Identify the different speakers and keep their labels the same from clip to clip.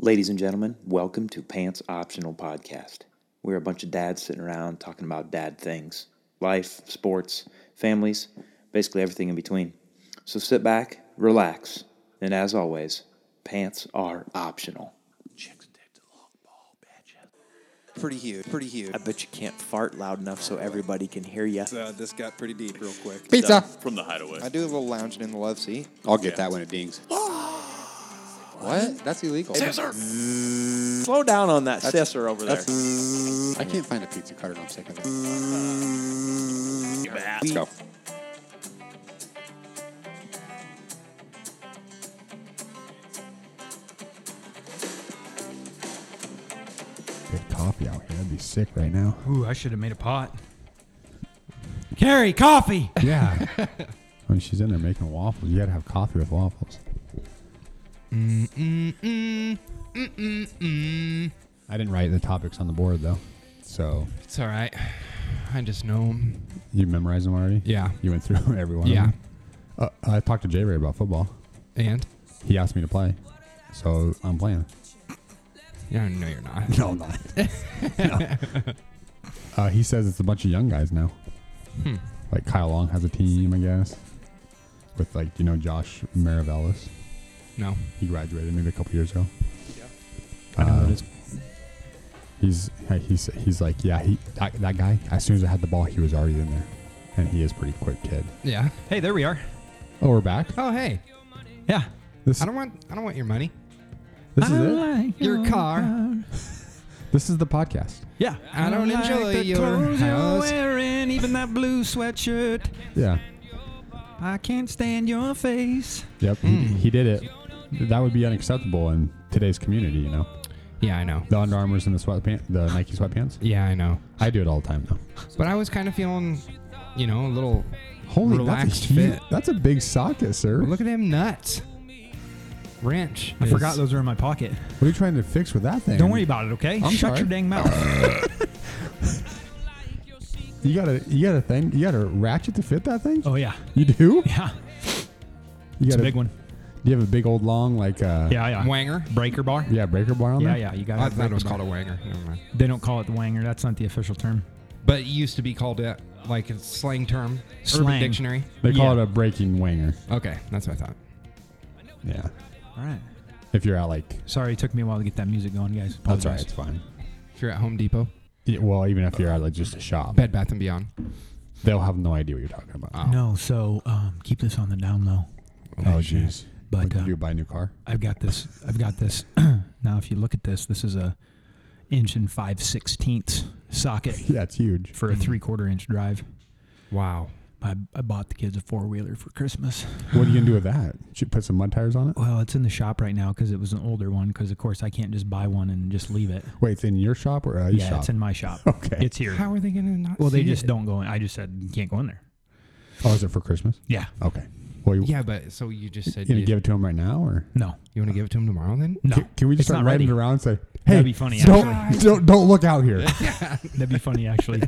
Speaker 1: Ladies and gentlemen, welcome to Pants Optional Podcast. We're a bunch of dads sitting around talking about dad things life, sports, families, basically everything in between. So sit back, relax, and as always, pants are optional.
Speaker 2: pretty huge, pretty huge.
Speaker 3: I bet you can't fart loud enough so everybody can hear you.
Speaker 2: Uh, this got pretty deep real quick.
Speaker 4: Pizza.
Speaker 5: from the hideaway.
Speaker 2: I do a little lounging in the love seat.
Speaker 4: I'll get
Speaker 5: Yeah.
Speaker 4: that when it dings. what? That's illegal.
Speaker 3: Slow down on that scissor over there.
Speaker 4: I can't find a pizza cutter. and I'm sick of it. Let's go. Good coffee out here. I'd be sick right now.
Speaker 6: Ooh, I should have made a pot. Carrie, coffee.
Speaker 4: Yeah. when she's in there making waffles, you gotta have coffee with waffles. I didn't write the topics on the board though, so
Speaker 6: It's all right. I just know 'em.
Speaker 4: you memorized them already.
Speaker 6: Yeah.
Speaker 4: you went through every one. of
Speaker 6: Yeah.
Speaker 4: them? Uh, I talked to J Ray about football.
Speaker 6: And
Speaker 4: He asked me to play, so I'm playing.
Speaker 6: yeah, no, you're not.
Speaker 4: No, I'm not. Uh, he says it's a bunch of young guys now.
Speaker 6: Hmm.
Speaker 4: Like Kyle Long has a team, I guess, with like you know Josh Maravellis.
Speaker 6: no.
Speaker 4: He graduated maybe a couple years ago. Uh,
Speaker 6: I know that is.
Speaker 4: He's he's he's like yeah he that, that guy. As soon as I had the ball, he was already in there, and he is a pretty quick kid.
Speaker 6: Yeah. Hey, there we are.
Speaker 4: Oh, we're back.
Speaker 6: Oh, hey.
Speaker 4: Yeah, this
Speaker 6: I don't want. I don't want your money.
Speaker 4: this is it.
Speaker 6: Your car.
Speaker 4: This is the podcast.
Speaker 6: Yeah. I don't enjoy your house. wearing even that blue sweatshirt.
Speaker 4: Yeah.
Speaker 6: I can't stand your face.
Speaker 4: Yep.
Speaker 6: Hmm.
Speaker 4: He, he did it. That would be unacceptable in today's community. You know,
Speaker 6: Yeah, I know.
Speaker 4: the Under Armour's and the sweatpants, the Nike sweatpants.
Speaker 6: Yeah, I know.
Speaker 4: I do it all the time though.
Speaker 6: But I was kind of feeling, you know, a little.
Speaker 4: Holy,
Speaker 6: Relaxed
Speaker 4: that's a, huge-
Speaker 6: fit.
Speaker 4: That's a big socket, sir.
Speaker 6: Look at them nuts. Wrench.
Speaker 7: I
Speaker 6: is-
Speaker 7: forgot those are in my pocket.
Speaker 4: What are you trying to fix with that thing?
Speaker 7: Don't worry about it, okay?
Speaker 4: I'm
Speaker 7: Shut
Speaker 4: sorry.
Speaker 7: your dang mouth.
Speaker 4: You got a you got a thing. You got a ratchet to fit that thing.
Speaker 7: oh yeah,
Speaker 4: You do.
Speaker 7: yeah.
Speaker 4: You
Speaker 7: It's
Speaker 4: got
Speaker 7: a big one.
Speaker 4: Do you have a big old long like uh
Speaker 7: Yeah, yeah.
Speaker 6: Wanger.
Speaker 7: Breaker bar.
Speaker 4: yeah breaker bar on
Speaker 7: Yeah,
Speaker 4: there?
Speaker 7: yeah. You
Speaker 6: I
Speaker 7: got
Speaker 6: thought it was
Speaker 7: it.
Speaker 6: called a wanger. Never mind.
Speaker 7: They don't call it the wanger. That's not the official term.
Speaker 6: But it used to be called it like a slang term. Urban
Speaker 7: Slang.
Speaker 6: dictionary.
Speaker 4: They call
Speaker 7: Yeah.
Speaker 4: it a breaking winger.
Speaker 6: Okay, that's what I thought.
Speaker 4: Yeah.
Speaker 7: All right.
Speaker 4: If you're out like
Speaker 7: Sorry, it took me a while to get that music going, guys.
Speaker 4: that's all right,
Speaker 7: Apologize.
Speaker 4: it's fine.
Speaker 6: If you're at Home Depot,
Speaker 4: Yeah, well, even if you're out like just a shop,
Speaker 6: Bed Bath and Beyond.
Speaker 4: they'll have no idea what you're talking about.
Speaker 7: No, so um, keep this on the down low.
Speaker 4: Oh jeez.
Speaker 7: But,
Speaker 4: What, did
Speaker 7: uh,
Speaker 4: you buy a new car?
Speaker 7: I've got this. I've got this. now, if you look at this, this is a inch and five sixteenths socket
Speaker 4: Yeah, it's huge.
Speaker 7: for a three quarter inch drive.
Speaker 6: Wow.
Speaker 7: I, I bought the kids a four wheeler for Christmas.
Speaker 4: What are you gonna do with that? Should you put some mud tires on it?
Speaker 7: Well, it's in the shop right now because it was an older one. Because of course I can't just buy one and just leave it.
Speaker 4: Wait, it's in your shop or out of your
Speaker 7: yeah,
Speaker 4: shop?
Speaker 7: it's in my shop.
Speaker 4: Okay.
Speaker 7: it's here.
Speaker 6: How are they gonna not?
Speaker 7: well, they
Speaker 6: see
Speaker 7: just
Speaker 6: it?
Speaker 7: don't go in. I just said you can't go in there.
Speaker 4: oh, is it for Christmas?
Speaker 7: Yeah.
Speaker 4: Okay. Well, you,
Speaker 6: Yeah, but so you just
Speaker 4: you
Speaker 6: said
Speaker 4: gonna
Speaker 6: you,
Speaker 4: give it to him right now, or
Speaker 7: No.
Speaker 6: you want to give it to him tomorrow then?
Speaker 7: No.
Speaker 4: Can, can we just
Speaker 7: It's
Speaker 4: start
Speaker 7: not
Speaker 4: riding
Speaker 7: ready.
Speaker 4: around and say, "Hey,
Speaker 7: That'd be funny,
Speaker 4: don't, don't don't look out here."
Speaker 7: That'd be funny actually.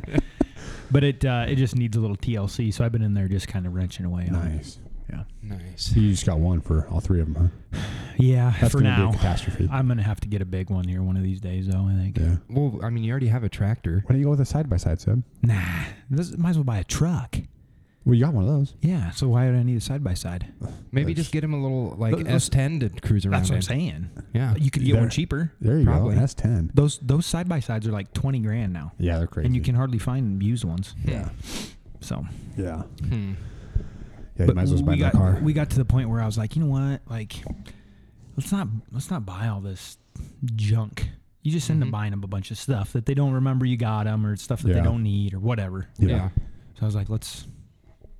Speaker 7: but it uh, it just needs a little TLC. So I've been in there just kind of wrenching away. On it.
Speaker 4: nice.
Speaker 7: Yeah.
Speaker 6: Nice.
Speaker 4: You just got one for all three of them, huh?
Speaker 7: Yeah.
Speaker 4: That's
Speaker 7: for
Speaker 4: gonna be
Speaker 7: now,
Speaker 4: a catastrophe.
Speaker 7: I'm gonna have to get a big one here one of these days though. I think.
Speaker 4: yeah.
Speaker 6: Well, I mean, you already have a tractor.
Speaker 4: Why don't you go with a side by side, Seb?
Speaker 7: Nah. This, might as well buy a truck.
Speaker 4: Well, you got one of those.
Speaker 7: Yeah. So why would I need a side by side?
Speaker 6: Maybe just get him a little like
Speaker 7: Let's- let's-
Speaker 6: S10 to cruise around.
Speaker 7: That's what I'm
Speaker 6: in.
Speaker 7: saying.
Speaker 6: Yeah.
Speaker 7: You could get
Speaker 4: There.
Speaker 7: one cheaper.
Speaker 4: There you
Speaker 6: Probably.
Speaker 4: go. That's ten.
Speaker 7: Those those side by sides are like twenty grand now.
Speaker 4: Yeah, they're crazy.
Speaker 7: And you can hardly find used ones.
Speaker 4: Yeah.
Speaker 7: So
Speaker 4: Yeah.
Speaker 6: Hmm.
Speaker 4: Yeah. you might as well just buy
Speaker 7: we
Speaker 4: another
Speaker 7: got,
Speaker 4: car.
Speaker 7: We got to the point where I was like, you know what? Like, let's not let's not buy all this junk. You just end up buying them a bunch of stuff that they don't remember you got them, or stuff that
Speaker 4: Yeah.
Speaker 7: they don't need, or whatever.
Speaker 4: yeah.
Speaker 6: Yeah.
Speaker 7: So I was like, let's.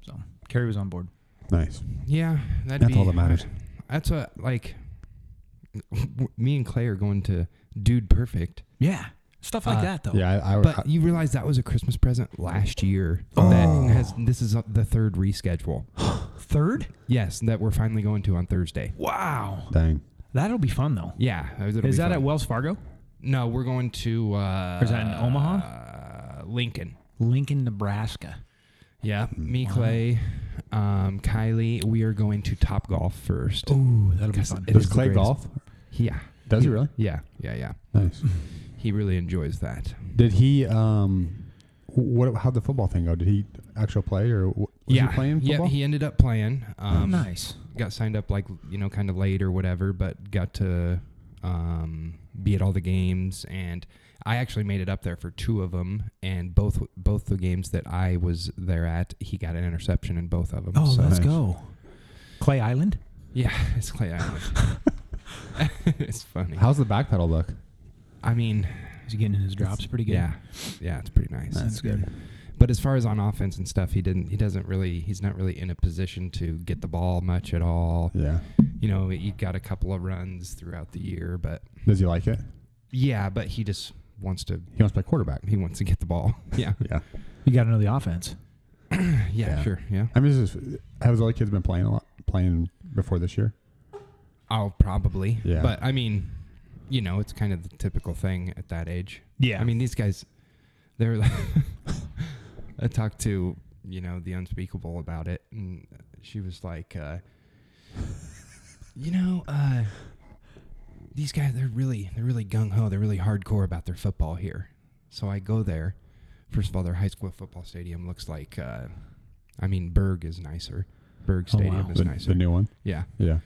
Speaker 7: So Carrie was on board.
Speaker 4: Nice.
Speaker 6: Yeah, that'd
Speaker 4: That's
Speaker 6: be,
Speaker 4: all that matters.
Speaker 6: That's what like. Me and Clay are going to Dude Perfect.
Speaker 7: Yeah, stuff like
Speaker 6: Uh,
Speaker 7: that though.
Speaker 4: Yeah. I, I,
Speaker 6: But
Speaker 4: Oh, I- Oh.
Speaker 6: you realize that was a Christmas present last year. That has this is uh, the third reschedule.
Speaker 7: Third.
Speaker 6: Yes, that we're finally going to on Thursday.
Speaker 7: Wow,
Speaker 4: dang.
Speaker 7: that'll be fun though.
Speaker 6: Yeah, it'll
Speaker 7: Is
Speaker 6: be
Speaker 7: that
Speaker 6: fun.
Speaker 7: at Wells Fargo?
Speaker 6: No, we're going to. Uh,
Speaker 7: Or is that in Omaha?
Speaker 6: Uh, Lincoln.
Speaker 7: Lincoln, Nebraska.
Speaker 6: Yeah, me, Clay, um, Kylie. We are going to Top Golf first.
Speaker 7: Oh. Ooh, that'll be fun.
Speaker 6: It
Speaker 4: Does
Speaker 6: is the
Speaker 4: Clay
Speaker 6: greatest.
Speaker 4: golf?
Speaker 6: Yeah,
Speaker 4: Does he really?
Speaker 6: Yeah, yeah, yeah.
Speaker 4: Nice.
Speaker 6: He really enjoys that.
Speaker 4: Did he? Um, wh- what? How'd the football thing go? Did he actual play or wh- was
Speaker 6: yeah,
Speaker 4: he playing
Speaker 6: yeah.
Speaker 4: football?
Speaker 6: He ended up playing. Um,
Speaker 7: Oh, nice.
Speaker 6: Got signed up like you know kind of late or whatever, but got to um, be at all the games, and I actually made it up there for two of them, and both both the games that I was there at, he got an interception in both of them.
Speaker 7: Oh,
Speaker 6: so
Speaker 7: let's
Speaker 4: nice.
Speaker 7: go. Clay Island.
Speaker 6: yeah, it's Clay Island. it's funny.
Speaker 4: How's the back pedal look?
Speaker 6: I mean,
Speaker 7: He's getting in his drops pretty good.
Speaker 6: yeah, yeah, it's pretty nice.
Speaker 7: That's good.
Speaker 6: But as far as on offense and stuff, he didn't. He doesn't really. He's not really in a position to get the ball much at all.
Speaker 4: Yeah.
Speaker 6: You know, he got a couple of runs throughout the year, but
Speaker 4: Does he like it?
Speaker 6: yeah, but he just wants to.
Speaker 4: He wants to play quarterback.
Speaker 6: He wants to get the ball. Yeah,
Speaker 4: Yeah.
Speaker 7: You got to know the offense.
Speaker 6: yeah,
Speaker 4: Yeah.
Speaker 6: sure, yeah.
Speaker 4: I mean, this is, have his other kids been playing a lot? Playing before this year?
Speaker 6: I'll probably.
Speaker 4: Yeah.
Speaker 6: But I mean, you know, it's kind of the typical thing at that age.
Speaker 7: Yeah.
Speaker 6: I mean, these guys, they're. I talked to you know the unspeakable about it, and she was like, uh, you know, uh, these guys they're really they're really gung ho, they're really hardcore about their football here. So I go there. First of all, their high school football stadium looks like. Uh, I mean, Berg is nicer. Berg
Speaker 7: Oh, wow.
Speaker 6: Stadium is
Speaker 4: The,
Speaker 6: nicer.
Speaker 4: the new one?
Speaker 6: yeah.
Speaker 4: Yeah.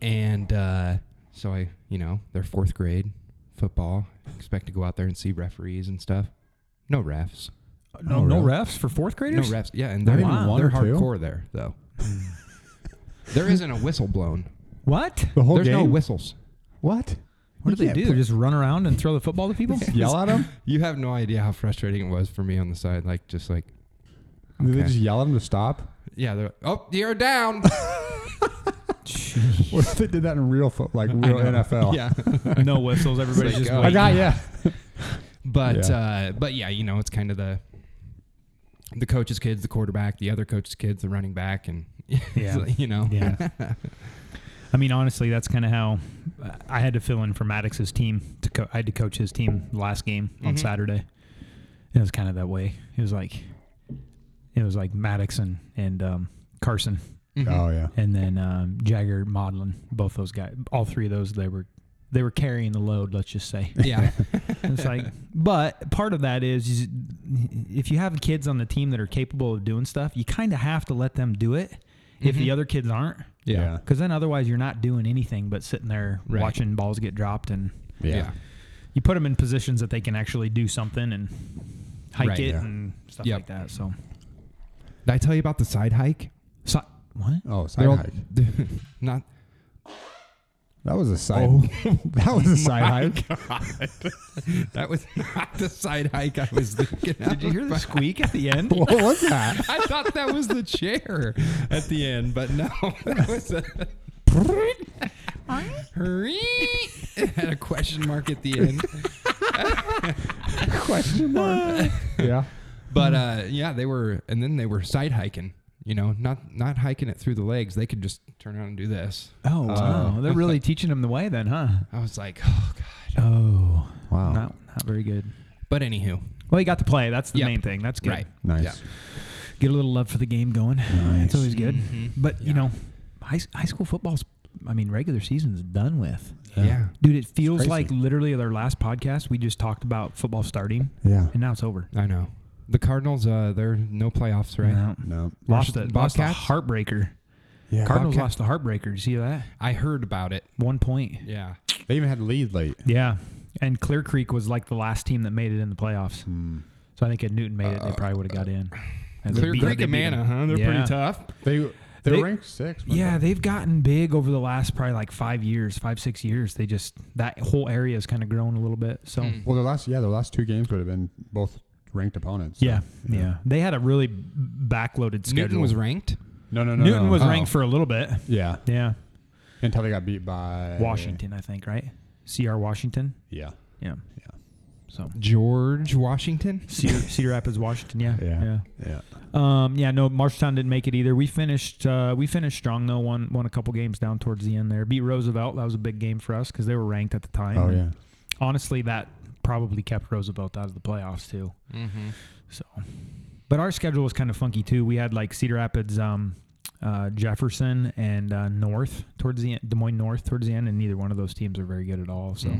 Speaker 6: And uh, so I, you know, they're fourth grade football. Expect to go out there and see referees and stuff. No refs.
Speaker 4: No, Oh, no
Speaker 7: refs for fourth
Speaker 6: No refs. Yeah, and
Speaker 4: Not
Speaker 6: they're,
Speaker 4: even one
Speaker 6: they're
Speaker 4: or two?
Speaker 6: hardcore there though. there isn't a whistle blown.
Speaker 7: What?
Speaker 4: The whole
Speaker 6: There's no
Speaker 4: game?
Speaker 6: whistles.
Speaker 4: what?
Speaker 7: What do
Speaker 4: You
Speaker 7: they
Speaker 4: can't
Speaker 7: do? Just run around and throw the football to people?
Speaker 4: Yell at him?
Speaker 6: You have no idea how frustrating it was for me on the side. Like just like,
Speaker 4: Do they
Speaker 6: Okay.
Speaker 4: just yell at him to stop?
Speaker 6: yeah, they're oh you're down.
Speaker 4: What if they did that in real foot, like real NFL?
Speaker 6: yeah.
Speaker 7: no whistles. Everybody's just
Speaker 6: go.
Speaker 4: uh, I
Speaker 7: waiting.
Speaker 4: got yeah.
Speaker 6: But
Speaker 4: Yeah.
Speaker 6: uh, but yeah, you know, it's kind of the the coach's kids, the quarterback, the other coach's kids, the running back, and
Speaker 7: Yeah.
Speaker 6: you know,
Speaker 7: Yeah. I mean, honestly, that's kind of how I had to fill in for Maddox's team. To co- I had to coach his team last game on
Speaker 6: Mhm.
Speaker 7: Saturday. It was kind of that way. It was like, it was like Maddox and and um, Carson,
Speaker 4: Oh
Speaker 6: Mm-hmm.
Speaker 4: yeah.
Speaker 7: and then um, Jagger Maudlin. Both those guys, all three of those, they were they were carrying the load. Let's just say.
Speaker 6: yeah.
Speaker 7: it's like, but part of that is, is if you have kids on the team that are capable of doing stuff, you kind of have to let them do it. If the other kids aren't,
Speaker 4: Yeah.
Speaker 7: because then otherwise you're not doing anything but sitting there
Speaker 6: Right.
Speaker 7: watching balls get dropped, and
Speaker 6: Yeah.
Speaker 7: you put them in positions that they can actually do something and hike
Speaker 6: Right.
Speaker 7: it
Speaker 4: Yeah.
Speaker 7: and stuff
Speaker 6: Yep.
Speaker 7: like that. So,
Speaker 6: Did I tell you about the side hike?
Speaker 7: so what?
Speaker 4: Oh, side
Speaker 6: They're all-
Speaker 4: hike.
Speaker 6: Not
Speaker 4: That was a side.
Speaker 6: Oh.
Speaker 4: that was a side hike.
Speaker 6: that was not the side hike I was thinking. of.
Speaker 7: Did you hear the squeak at the end?
Speaker 4: What was that?
Speaker 6: I thought that was the chair at the end, but no, that was a. it had a question mark at the end.
Speaker 4: Question mark. yeah.
Speaker 6: But uh, yeah, they were, and then they were side hiking. You know, not not hiking it through the legs. They could just turn around and do this.
Speaker 7: Oh
Speaker 4: Uh,
Speaker 7: wow, they're really teaching them the way then, huh?
Speaker 6: I was like, oh god.
Speaker 7: Oh
Speaker 4: Wow.
Speaker 7: not not very good.
Speaker 6: But anywho,
Speaker 7: Well, you got to play. That's the
Speaker 6: Yep.
Speaker 7: main thing. That's good.
Speaker 6: right?
Speaker 4: Nice.
Speaker 6: Yeah.
Speaker 7: Get a little love for the game going. It's always good. But
Speaker 6: Yeah.
Speaker 7: you know, high, high school football's. I mean, regular season's done with.
Speaker 6: Yeah.
Speaker 7: Dude, it feels
Speaker 4: crazy.
Speaker 7: like literally their last podcast we just talked about football starting,
Speaker 4: Yeah.
Speaker 7: and now it's over.
Speaker 6: I know. The Cardinals, uh, they're no playoffs, right?
Speaker 7: No.
Speaker 4: No.
Speaker 7: Lost it. Lost the
Speaker 6: Bobcats?
Speaker 7: heartbreaker.
Speaker 4: Yeah.
Speaker 7: Cardinals
Speaker 6: Bobcat-
Speaker 7: lost the heartbreaker. Did you see that?
Speaker 6: I heard about it.
Speaker 7: One point.
Speaker 6: Yeah.
Speaker 4: They even had a lead late.
Speaker 7: Yeah. And Clear Creek was like the last team that made it in the playoffs. So I think if Newton made it, they probably would have got in. And they
Speaker 6: Clear
Speaker 7: beat-
Speaker 6: Creek
Speaker 7: they
Speaker 6: and
Speaker 7: beat them.
Speaker 6: Mana, huh? They're
Speaker 7: Yeah.
Speaker 6: pretty tough.
Speaker 4: They they,
Speaker 7: They-
Speaker 4: were ranked six. weren't
Speaker 7: Yeah, they've gotten big over the last probably like five years, five six years. They just that whole area has kind of grown a little bit. So
Speaker 4: they? Well, their last yeah, their last two games would have been both ranked opponents.
Speaker 7: yeah, yeah, they had a really backloaded schedule.
Speaker 6: Newton was ranked.
Speaker 4: No, no, no.
Speaker 7: Newton
Speaker 4: no.
Speaker 7: was
Speaker 4: Oh.
Speaker 7: ranked for a little bit.
Speaker 4: Yeah.
Speaker 7: Yeah,
Speaker 4: Until they got beat by
Speaker 7: Washington, I think, right? C.R. Washington.
Speaker 4: Yeah.
Speaker 7: Yeah.
Speaker 4: Yeah.
Speaker 7: So
Speaker 6: George Washington.
Speaker 7: Cedar, Cedar Rapids, Washington. Yeah.
Speaker 4: Yeah. Yeah.
Speaker 7: Yeah. Um, yeah. No, Marshtown didn't make it either. We finished. Uh, we finished strong though. Won won a couple games down towards the end there. Beat Roosevelt. That was a big game for us because they were ranked at the time.
Speaker 4: Oh
Speaker 7: And
Speaker 4: yeah.
Speaker 7: Honestly, that probably kept Roosevelt out of the playoffs too.
Speaker 6: Mm-hmm.
Speaker 7: So, but our schedule was kind of funky too. We had like Cedar Rapids. Um, uh, Jefferson and uh, North towards the end, Des Moines North towards the end, and neither one of those teams are very good at all. So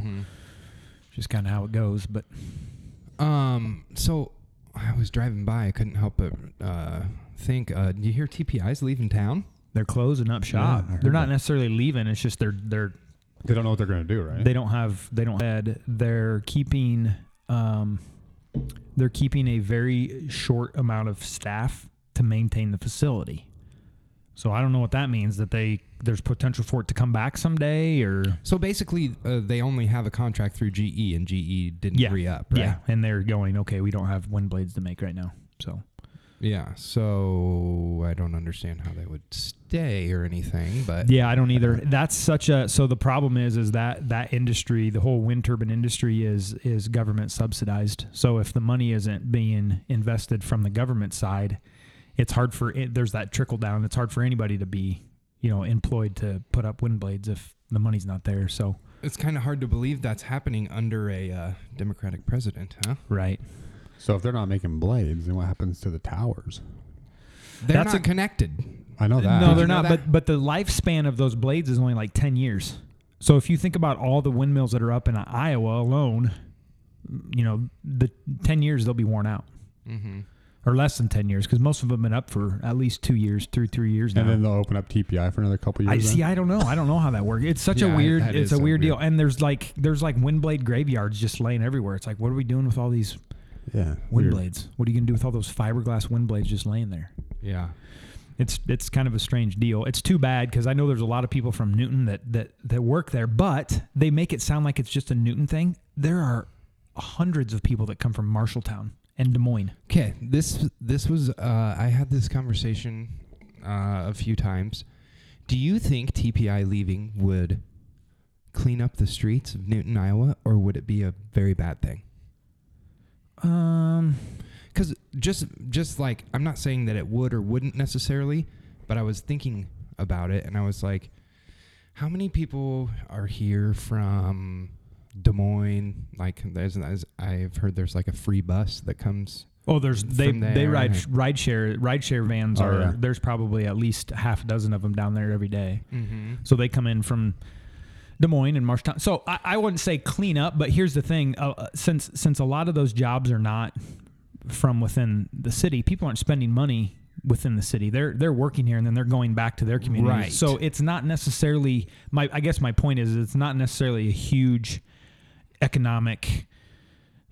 Speaker 7: just kind of how it goes. But
Speaker 6: Um, so I was driving by. I couldn't help but uh, think. Uh, do you hear TPI's leaving town?
Speaker 7: they're closing up shop.
Speaker 4: I heard
Speaker 7: they're not
Speaker 4: that.
Speaker 7: necessarily leaving. It's just they're they're
Speaker 4: They don't know what they're gonna do, right?
Speaker 7: they don't have they don't have they're keeping um they're keeping a very short amount of staff to maintain the facility so i don't know what that means that they there's potential for it to come back someday or
Speaker 6: So basically, uh, they only have a contract through GE, and GE didn't
Speaker 7: yeah
Speaker 6: re up. Right?
Speaker 7: yeah and they're going okay we don't have wind blades to make right now so
Speaker 6: Yeah. So I don't understand how they would stay or anything, but
Speaker 7: yeah i don't either that's such a so the problem is is that that industry the whole wind turbine industry is is government subsidized so if the money isn't being invested from the government side it's hard for it, there's that trickle down it's hard for anybody to be you know employed to put up wind blades if the money's not there so
Speaker 6: it's kind of hard to believe that's happening under a uh, Democratic president, huh?
Speaker 7: right
Speaker 4: So if they're not making blades, then what happens to the towers?
Speaker 6: They're
Speaker 7: That's
Speaker 6: not
Speaker 7: a-
Speaker 6: connected.
Speaker 4: I know that.
Speaker 7: no
Speaker 6: Did
Speaker 7: they're
Speaker 6: you know
Speaker 7: not
Speaker 6: that?
Speaker 7: but but the lifespan of those blades is only like 10 years so if you think about all the windmills that are up in iowa alone you know the 10 years they'll be worn out
Speaker 6: Mm-hmm.
Speaker 7: or less than 10 years because most of them have been up for at least two years through three years now
Speaker 4: And then they'll open up TPI for another couple
Speaker 7: I
Speaker 4: years.
Speaker 7: see. I don't know. I don't know how that works. It's such
Speaker 6: Yeah,
Speaker 7: a weird.
Speaker 6: that is
Speaker 7: It's a
Speaker 6: so
Speaker 7: weird, deal.
Speaker 6: weird.
Speaker 7: And there's like there's like wind blade graveyards just laying everywhere. It's like what are we doing with all these
Speaker 4: then? yeah.
Speaker 7: wind
Speaker 4: weird.
Speaker 7: blades? What are you gonna do with all those fiberglass wind blades just laying there?
Speaker 6: Yeah.
Speaker 7: It's it's kind of a strange deal. It's too bad because I know there's a lot of people from Newton that that that work there, but they make it sound like it's just a Newton thing. There are hundreds of people that come from Marshalltown and Des Moines.
Speaker 6: Okay, this this was uh, I had this conversation uh, a few times. Do you think TPI leaving would clean up the streets of Newton, Iowa, or would it be a very bad thing?
Speaker 7: Um,
Speaker 6: Because just just like I'm not saying that it would or wouldn't necessarily, but I was thinking about it and I was like, how many people are here from Des Moines? Like, there's, there's I've heard there's like a free bus that comes.
Speaker 7: Oh, there's they
Speaker 6: from there,
Speaker 7: they ride
Speaker 6: right?
Speaker 7: ride share ride share vans
Speaker 4: Oh,
Speaker 7: are
Speaker 4: yeah.
Speaker 7: there's probably at least half a dozen of them down there every day.
Speaker 6: Mm-hmm.
Speaker 7: So they come in from Des Moines and Marshtown. So I, I wouldn't say clean up, but here's the thing: uh, uh, since since a lot of those jobs are not from within the city, people aren't spending money within the city. They're they're working here and then they're going back to their community.
Speaker 6: Right.
Speaker 7: So it's not necessarily my. I guess my point is it's not necessarily a huge economic.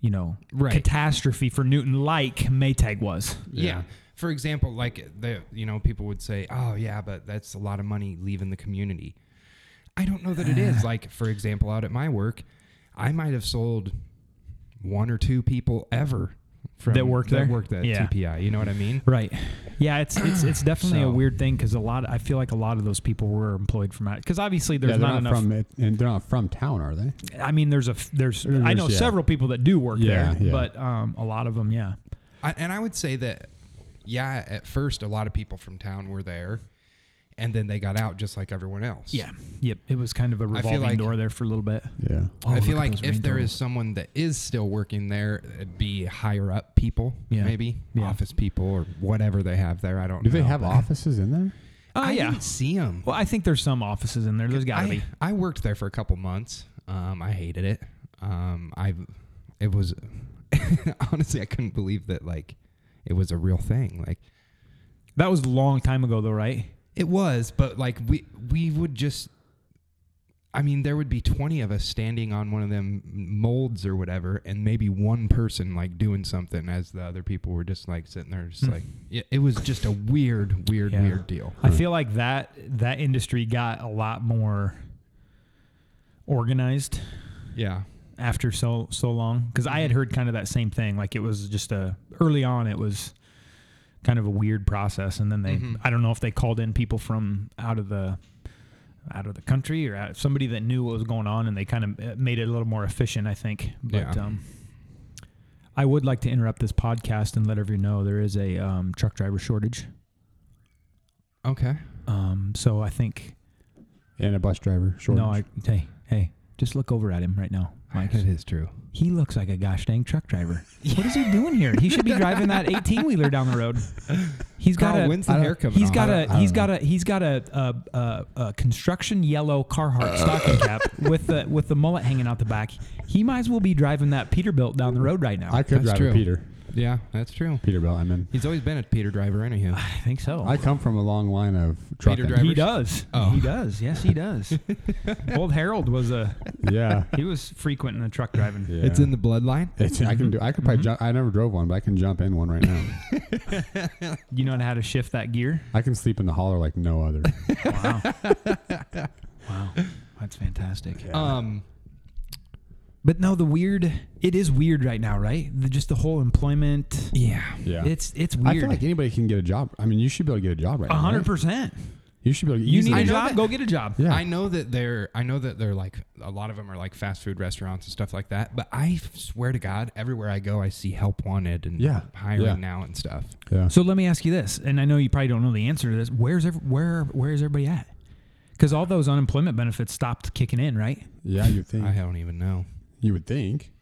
Speaker 7: You know,
Speaker 6: Right.
Speaker 7: catastrophe for Newton, like Maytag was.
Speaker 6: Yeah. For example, like the you know people would say, "Oh yeah, but that's a lot of money leaving the community." I don't know that it is. Like for example, out at my work, I might have sold one or two people ever from
Speaker 7: That worked there?
Speaker 6: worked at
Speaker 7: Yeah.
Speaker 6: TPI. You know what I mean?
Speaker 7: Right. Yeah, it's it's it's definitely a
Speaker 6: So-
Speaker 7: weird thing because a lot. I feel like a lot of those people were employed from because obviously
Speaker 4: Yeah,
Speaker 7: there's
Speaker 4: they're
Speaker 7: not,
Speaker 4: not,
Speaker 7: enough.
Speaker 4: from it, and they're not from town, are they?
Speaker 7: I mean, there's a f- there's, I
Speaker 4: There's-
Speaker 7: know
Speaker 4: yeah.
Speaker 7: several people that do work
Speaker 4: Yeah,
Speaker 7: there,
Speaker 4: yeah.
Speaker 7: but um, a lot of them, yeah.
Speaker 6: I, and I would say that yeah, at first a lot of people from town were there, and then they got out just like everyone else.
Speaker 7: Yep. It was kind of a
Speaker 6: feel
Speaker 7: revolving
Speaker 6: like-
Speaker 7: door there for a little bit.
Speaker 4: Yeah.
Speaker 7: Oh,
Speaker 6: I
Speaker 7: look
Speaker 6: feel
Speaker 7: at
Speaker 6: like
Speaker 7: those
Speaker 6: if
Speaker 7: rain
Speaker 6: there
Speaker 7: turtles.
Speaker 6: is someone that is still working there, it'd be higher up people,
Speaker 7: Yeah.
Speaker 6: maybe
Speaker 7: Yeah.
Speaker 6: office people or whatever they have there. I don't.
Speaker 4: Do
Speaker 6: know,
Speaker 4: they have
Speaker 6: but-
Speaker 4: offices in there?
Speaker 7: Oh
Speaker 6: I
Speaker 7: yeah.
Speaker 6: didn't see them.
Speaker 7: Well, I think there's some offices in there. There's got to
Speaker 6: I,
Speaker 7: be.
Speaker 6: I worked there for a couple months. Um, I hated it. Um, I, it was honestly I couldn't believe that like it was a real thing. Like
Speaker 7: That was a long time ago though, right?
Speaker 6: It was, but like we we would just I mean, there would be 20 of us standing on one of them molds or whatever and maybe one person like doing something as the other people were just like sitting there just like it, it was just a weird weird
Speaker 7: Yeah.
Speaker 6: weird deal.
Speaker 7: I feel like that that industry got a lot more organized
Speaker 6: Yeah.
Speaker 7: after so so long because I had heard kind of that same thing. Like it was just a early on, it was kind of a weird process, and then they
Speaker 6: Mm-hmm.
Speaker 7: I don't know if they called in people from out of the out of the country or out, somebody that knew what was going on, and they kind of uh, made it a little more efficient. I think, but.
Speaker 6: Yeah.
Speaker 7: Um, I would like to interrupt this podcast and let everyone know there is a um, truck driver shortage.
Speaker 6: Okay.
Speaker 7: Um, so I think
Speaker 4: And a bus driver, shortage.
Speaker 7: no, I hey hey, just look over at him right now. Mike.
Speaker 6: That is true.
Speaker 7: He looks like a gosh dang truck driver. What is he doing here? He should be driving that eighteen wheeler down the road. He's got
Speaker 6: Carl,
Speaker 7: a
Speaker 6: when's the I don't- hair coming
Speaker 7: He's
Speaker 6: off?
Speaker 7: got
Speaker 6: I
Speaker 7: a he's got a he's got a a, a, a construction yellow Carhartt stocking cap with the with the mullet hanging out the back. He might as well be driving that Peterbilt down the road right now.
Speaker 4: I could
Speaker 6: That's
Speaker 4: drive
Speaker 6: true.
Speaker 4: a Peter.
Speaker 6: Yeah, that's true.
Speaker 4: Peterbilt, I'm in.
Speaker 6: He's always been a Peter driver, anyhow.
Speaker 7: I think so.
Speaker 4: I come from a long line of trucking.
Speaker 6: driver.
Speaker 7: he does.
Speaker 6: Oh.
Speaker 7: He does. Yes, he does. Old Harold was a
Speaker 4: Yeah.
Speaker 7: he was frequent in the truck driving.
Speaker 4: yeah.
Speaker 6: It's in the bloodline.
Speaker 4: It's, I can do. I could probably jump. I never drove one, but I can jump in one right now.
Speaker 7: You know how to shift that gear?
Speaker 4: I can sleep in the holler like no other.
Speaker 7: Wow. wow. That's fantastic.
Speaker 6: Um,
Speaker 7: But no, the weird it is weird right now, right? The, just the whole employment.
Speaker 6: yeah.
Speaker 4: Yeah,
Speaker 7: It's it's
Speaker 4: I feel
Speaker 7: weird.
Speaker 4: like anybody can get a job. I mean, you should be able to get a job right
Speaker 7: A
Speaker 4: now.
Speaker 7: hundred
Speaker 4: right?
Speaker 7: percent.
Speaker 4: You should be able to
Speaker 7: You
Speaker 4: easily.
Speaker 7: need a
Speaker 6: know
Speaker 7: job,
Speaker 6: that-
Speaker 7: go get a job.
Speaker 4: Yeah.
Speaker 6: I know that they're I know that they're like a lot of them are like fast food restaurants and stuff like that. But I f- swear to God, everywhere I go, I see help wanted and
Speaker 4: Yeah,
Speaker 6: hiring
Speaker 4: yeah.
Speaker 6: now and stuff.
Speaker 4: yeah.
Speaker 7: So let me ask you this, and I know you probably don't know the answer to this. Where's every, where where is everybody at? Because all those unemployment benefits stopped kicking in, right?
Speaker 4: yeah, you think
Speaker 6: I don't even know.
Speaker 4: you would think.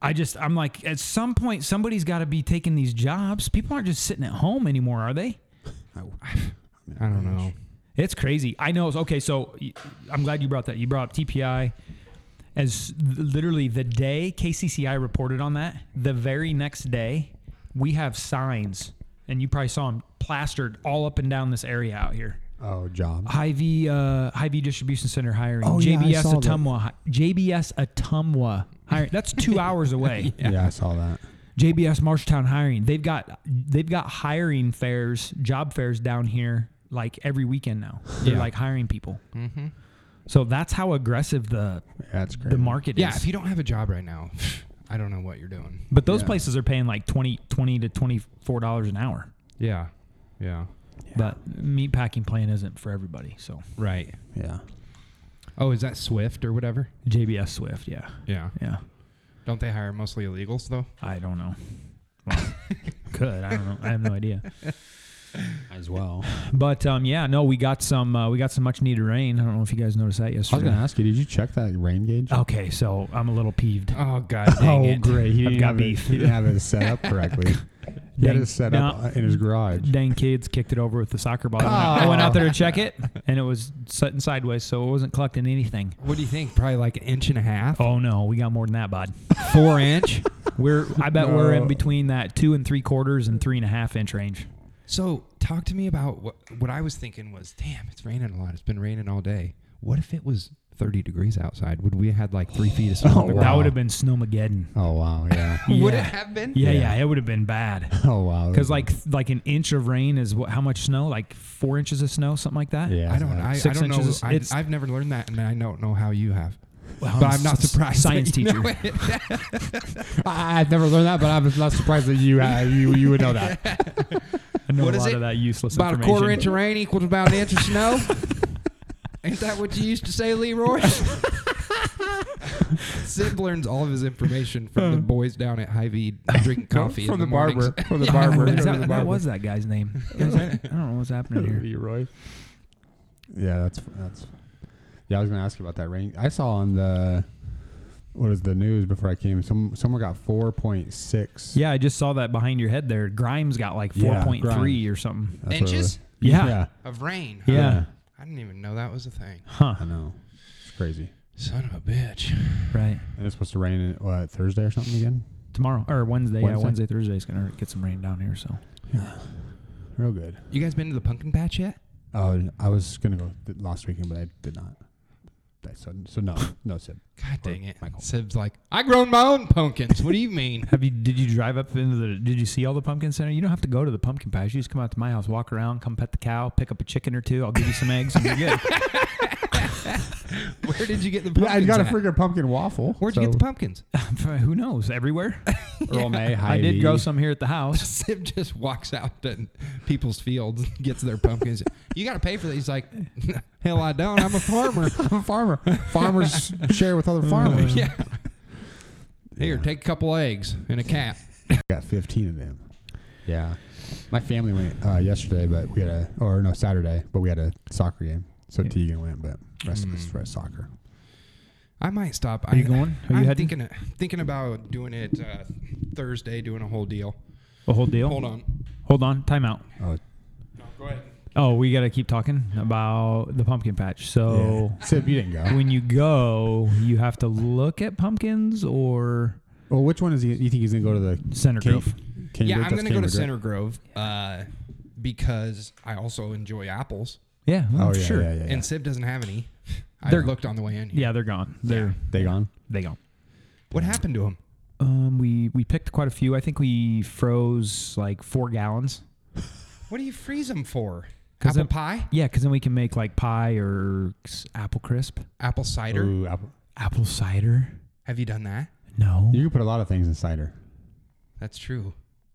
Speaker 7: I just I'm like at some point somebody's got to be taking these jobs. People aren't just sitting at home anymore, are they?
Speaker 6: I don't know.
Speaker 7: It's crazy. I know. Okay, so y- I'm glad you brought that. You brought up TPI as literally the day KCCI reported on that. The very next day, we have signs, and you probably saw them plastered all up and down this area out here.
Speaker 4: Oh, job.
Speaker 7: Hy-Vee, uh, Hy-Vee Distribution Center hiring.
Speaker 4: Oh, yeah, I
Speaker 7: JBS
Speaker 4: saw that.
Speaker 7: Atumwa. hi- JBS Atumwa hiring. That's two hours away.
Speaker 4: Yeah. I saw that.
Speaker 7: JBS Marshtown hiring. They've got they've got hiring fairs, job fairs down here like every weekend now. They're
Speaker 4: Yeah.
Speaker 7: like hiring people.
Speaker 6: Mm-hmm.
Speaker 7: So that's how aggressive the
Speaker 4: That's great.
Speaker 7: the market
Speaker 6: Yeah,
Speaker 7: is.
Speaker 6: if you don't have a job right now, I don't know what you're doing.
Speaker 7: but those
Speaker 4: Yeah.
Speaker 7: places are paying like 20, 20 to twenty four dollars an hour.
Speaker 6: Yeah, yeah,
Speaker 7: But meat packing plan isn't for everybody. So
Speaker 6: right.
Speaker 4: Yeah.
Speaker 6: Oh, is that Swift or whatever?
Speaker 7: JBS Swift, yeah,
Speaker 6: Yeah.
Speaker 7: yeah.
Speaker 6: Don't they hire mostly illegals though?
Speaker 7: I don't know. Well, could I don't know. I have no idea.
Speaker 4: As well.
Speaker 7: But um, yeah, no, we got some uh, we got some much needed rain. I don't know if you guys noticed
Speaker 4: I
Speaker 7: that yesterday.
Speaker 4: was gonna ask you, did you check that rain gauge?
Speaker 7: Okay, so I'm a little peeved.
Speaker 6: Oh God, dang it.
Speaker 4: great! He
Speaker 7: I've
Speaker 4: didn't
Speaker 7: got
Speaker 4: have
Speaker 7: beef.
Speaker 4: It, he didn't have it set up correctly. he had
Speaker 7: Dang-
Speaker 4: it set up
Speaker 7: no.
Speaker 4: in his garage.
Speaker 7: dang kids kicked it over with the soccer ball. I went out- I went out there to check it, and it was sitting sideways, so it wasn't collecting anything.
Speaker 6: What do you think? Probably like an inch and a half,
Speaker 7: Oh no, we got more than that, bud.
Speaker 6: four inch.
Speaker 7: We're I bet we're in
Speaker 4: No.
Speaker 7: between that two and three quarters and three and a half inch range.
Speaker 6: So talk to me about what what I was thinking was, damn, it's raining a lot. It's been raining all day. What if it was 30 degrees outside? Would we have had like three feet of snow? on the
Speaker 4: Oh, wow.
Speaker 7: That
Speaker 6: ground?
Speaker 7: would have been snowmageddon.
Speaker 4: Oh wow! Yeah.
Speaker 6: Would
Speaker 7: Yeah.
Speaker 6: it have been?
Speaker 7: Yeah, yeah,
Speaker 4: Yeah.
Speaker 7: it would have been bad.
Speaker 4: Oh wow!
Speaker 7: Because like like an inch of rain is what? How much snow? Like four inches of snow, something like that.
Speaker 4: Yeah.
Speaker 6: I don't. I, I
Speaker 7: Six
Speaker 6: don't know.
Speaker 7: inches is-
Speaker 6: I,
Speaker 7: it's-
Speaker 6: I've never learned that, and I don't know how you have.
Speaker 7: Well,
Speaker 6: but I'm not
Speaker 7: s-
Speaker 6: surprised. that
Speaker 7: Science
Speaker 6: you
Speaker 7: teacher.
Speaker 6: know it.
Speaker 4: I, I've never learned that, but I'm not surprised that you uh, you you would know that.
Speaker 7: I know
Speaker 6: What
Speaker 7: a
Speaker 6: is
Speaker 7: lot
Speaker 6: it?
Speaker 7: of that useless
Speaker 6: about a
Speaker 7: information.
Speaker 6: quarter inch of rain equals about an inch of snow. Ain't that what you used to say, Leroy? Sib learns all of his information from the boys down at Hy-Vee drinking coffee in
Speaker 4: from the,
Speaker 6: mornings.
Speaker 4: barber. From the
Speaker 7: Yeah,
Speaker 4: barber.
Speaker 7: Is
Speaker 4: From
Speaker 7: that,
Speaker 4: the
Speaker 7: that
Speaker 4: barber.
Speaker 7: was that guy's name. Guys, I, I don't know what's happening here.
Speaker 4: Leroy. Yeah, that's that's. Yeah, I was gonna ask you about that rain. I saw on the what is the news before I came. Some someone got four point six.
Speaker 7: Yeah, I just saw that behind your head there. Grimes got like
Speaker 4: Yeah,
Speaker 7: 4.3 or something.
Speaker 6: Inches
Speaker 7: Yeah.
Speaker 4: Yeah.
Speaker 6: of rain.
Speaker 7: Yeah.
Speaker 6: I didn't even know that was a thing.
Speaker 4: I
Speaker 7: Huh.
Speaker 4: know. It's crazy.
Speaker 6: Son of a bitch.
Speaker 7: Right.
Speaker 4: And it's supposed to rain what, Thursday or something again.
Speaker 7: Tomorrow or Wednesday. Yeah,
Speaker 4: Wednesday?
Speaker 7: Wednesday, Thursday is going to get some rain down here. So
Speaker 4: Real good.
Speaker 6: You guys been to the pumpkin patch yet?
Speaker 4: Oh, I was gonna go th- last weekend, but I did not. I- So, so no, no Sid.
Speaker 6: God dang it.
Speaker 4: Michael.
Speaker 6: Sib's like, I grown my own pumpkins. What do you mean?
Speaker 7: have you, did you drive up into the, did you see all the pumpkin center? You don't have to go to the pumpkin patch. You just come out to my house, walk around, come pet the cow, pick up a chicken or two. I'll give you some eggs and you're good.
Speaker 6: Where did you get the
Speaker 4: Yeah,
Speaker 6: pumpkins?
Speaker 4: I got a
Speaker 6: at?
Speaker 4: freaking pumpkin waffle.
Speaker 6: Where'd you get the pumpkins?
Speaker 7: Who knows? Everywhere.
Speaker 4: Earl May,
Speaker 7: I did grow
Speaker 4: Hy-Vee.
Speaker 7: some here at the house.
Speaker 6: Sib just walks out to people's fields, gets their pumpkins. you got to pay for that. He's like, hell, I don't. I'm a farmer.
Speaker 4: I'm a farmer. Farmers share with other farmers.
Speaker 6: yeah. Here, take a couple eggs and a cap.
Speaker 4: Got 15 of them. Yeah. My family went uh, yesterday, but we had a, or no,
Speaker 6: Mm.
Speaker 4: Saturday, but we had a soccer game. So Tegan went, but rest of us were at soccer.
Speaker 6: I might stop. Are
Speaker 7: you going? Are you
Speaker 6: I'm
Speaker 7: heading?
Speaker 6: thinking thinking about doing it uh, Thursday, doing a whole deal.
Speaker 7: A whole deal.
Speaker 6: Hold on.
Speaker 7: Hold on. Time out.
Speaker 4: Oh,
Speaker 6: No, go ahead.
Speaker 7: Oh, we got to keep talking about the pumpkin patch. So
Speaker 4: Sip, Oh. you didn't go.
Speaker 7: when you go, you have to look at pumpkins or
Speaker 4: Well, which one is he? You think he's gonna go to the
Speaker 7: Center
Speaker 4: Cam-
Speaker 7: Grove.
Speaker 4: Cambridge?
Speaker 6: yeah, I'm
Speaker 4: That's
Speaker 6: going to go to
Speaker 4: Cambridge, right?
Speaker 6: Center Grove uh, because I also enjoy apples,
Speaker 7: Yeah. well,
Speaker 4: Oh yeah,
Speaker 7: sure.
Speaker 4: yeah, yeah, yeah.
Speaker 6: and Sib doesn't have any. I
Speaker 7: They're-
Speaker 6: looked on the way in. Here.
Speaker 7: Yeah, they're gone. They're
Speaker 4: They gone.
Speaker 7: they gone.
Speaker 6: What happened to him?
Speaker 7: Um, we we picked quite a few. I think we froze like four gallons.
Speaker 6: What do you freeze him for?
Speaker 7: 'Cause
Speaker 6: Apple
Speaker 7: I'm-
Speaker 6: pie?
Speaker 7: Yeah, because then we can make like pie or s- apple crisp,
Speaker 6: Apple cider?
Speaker 4: Ooh, apple.
Speaker 7: apple cider.
Speaker 6: Have you done that?
Speaker 7: No,
Speaker 4: You can put a lot of things in cider.
Speaker 6: That's true.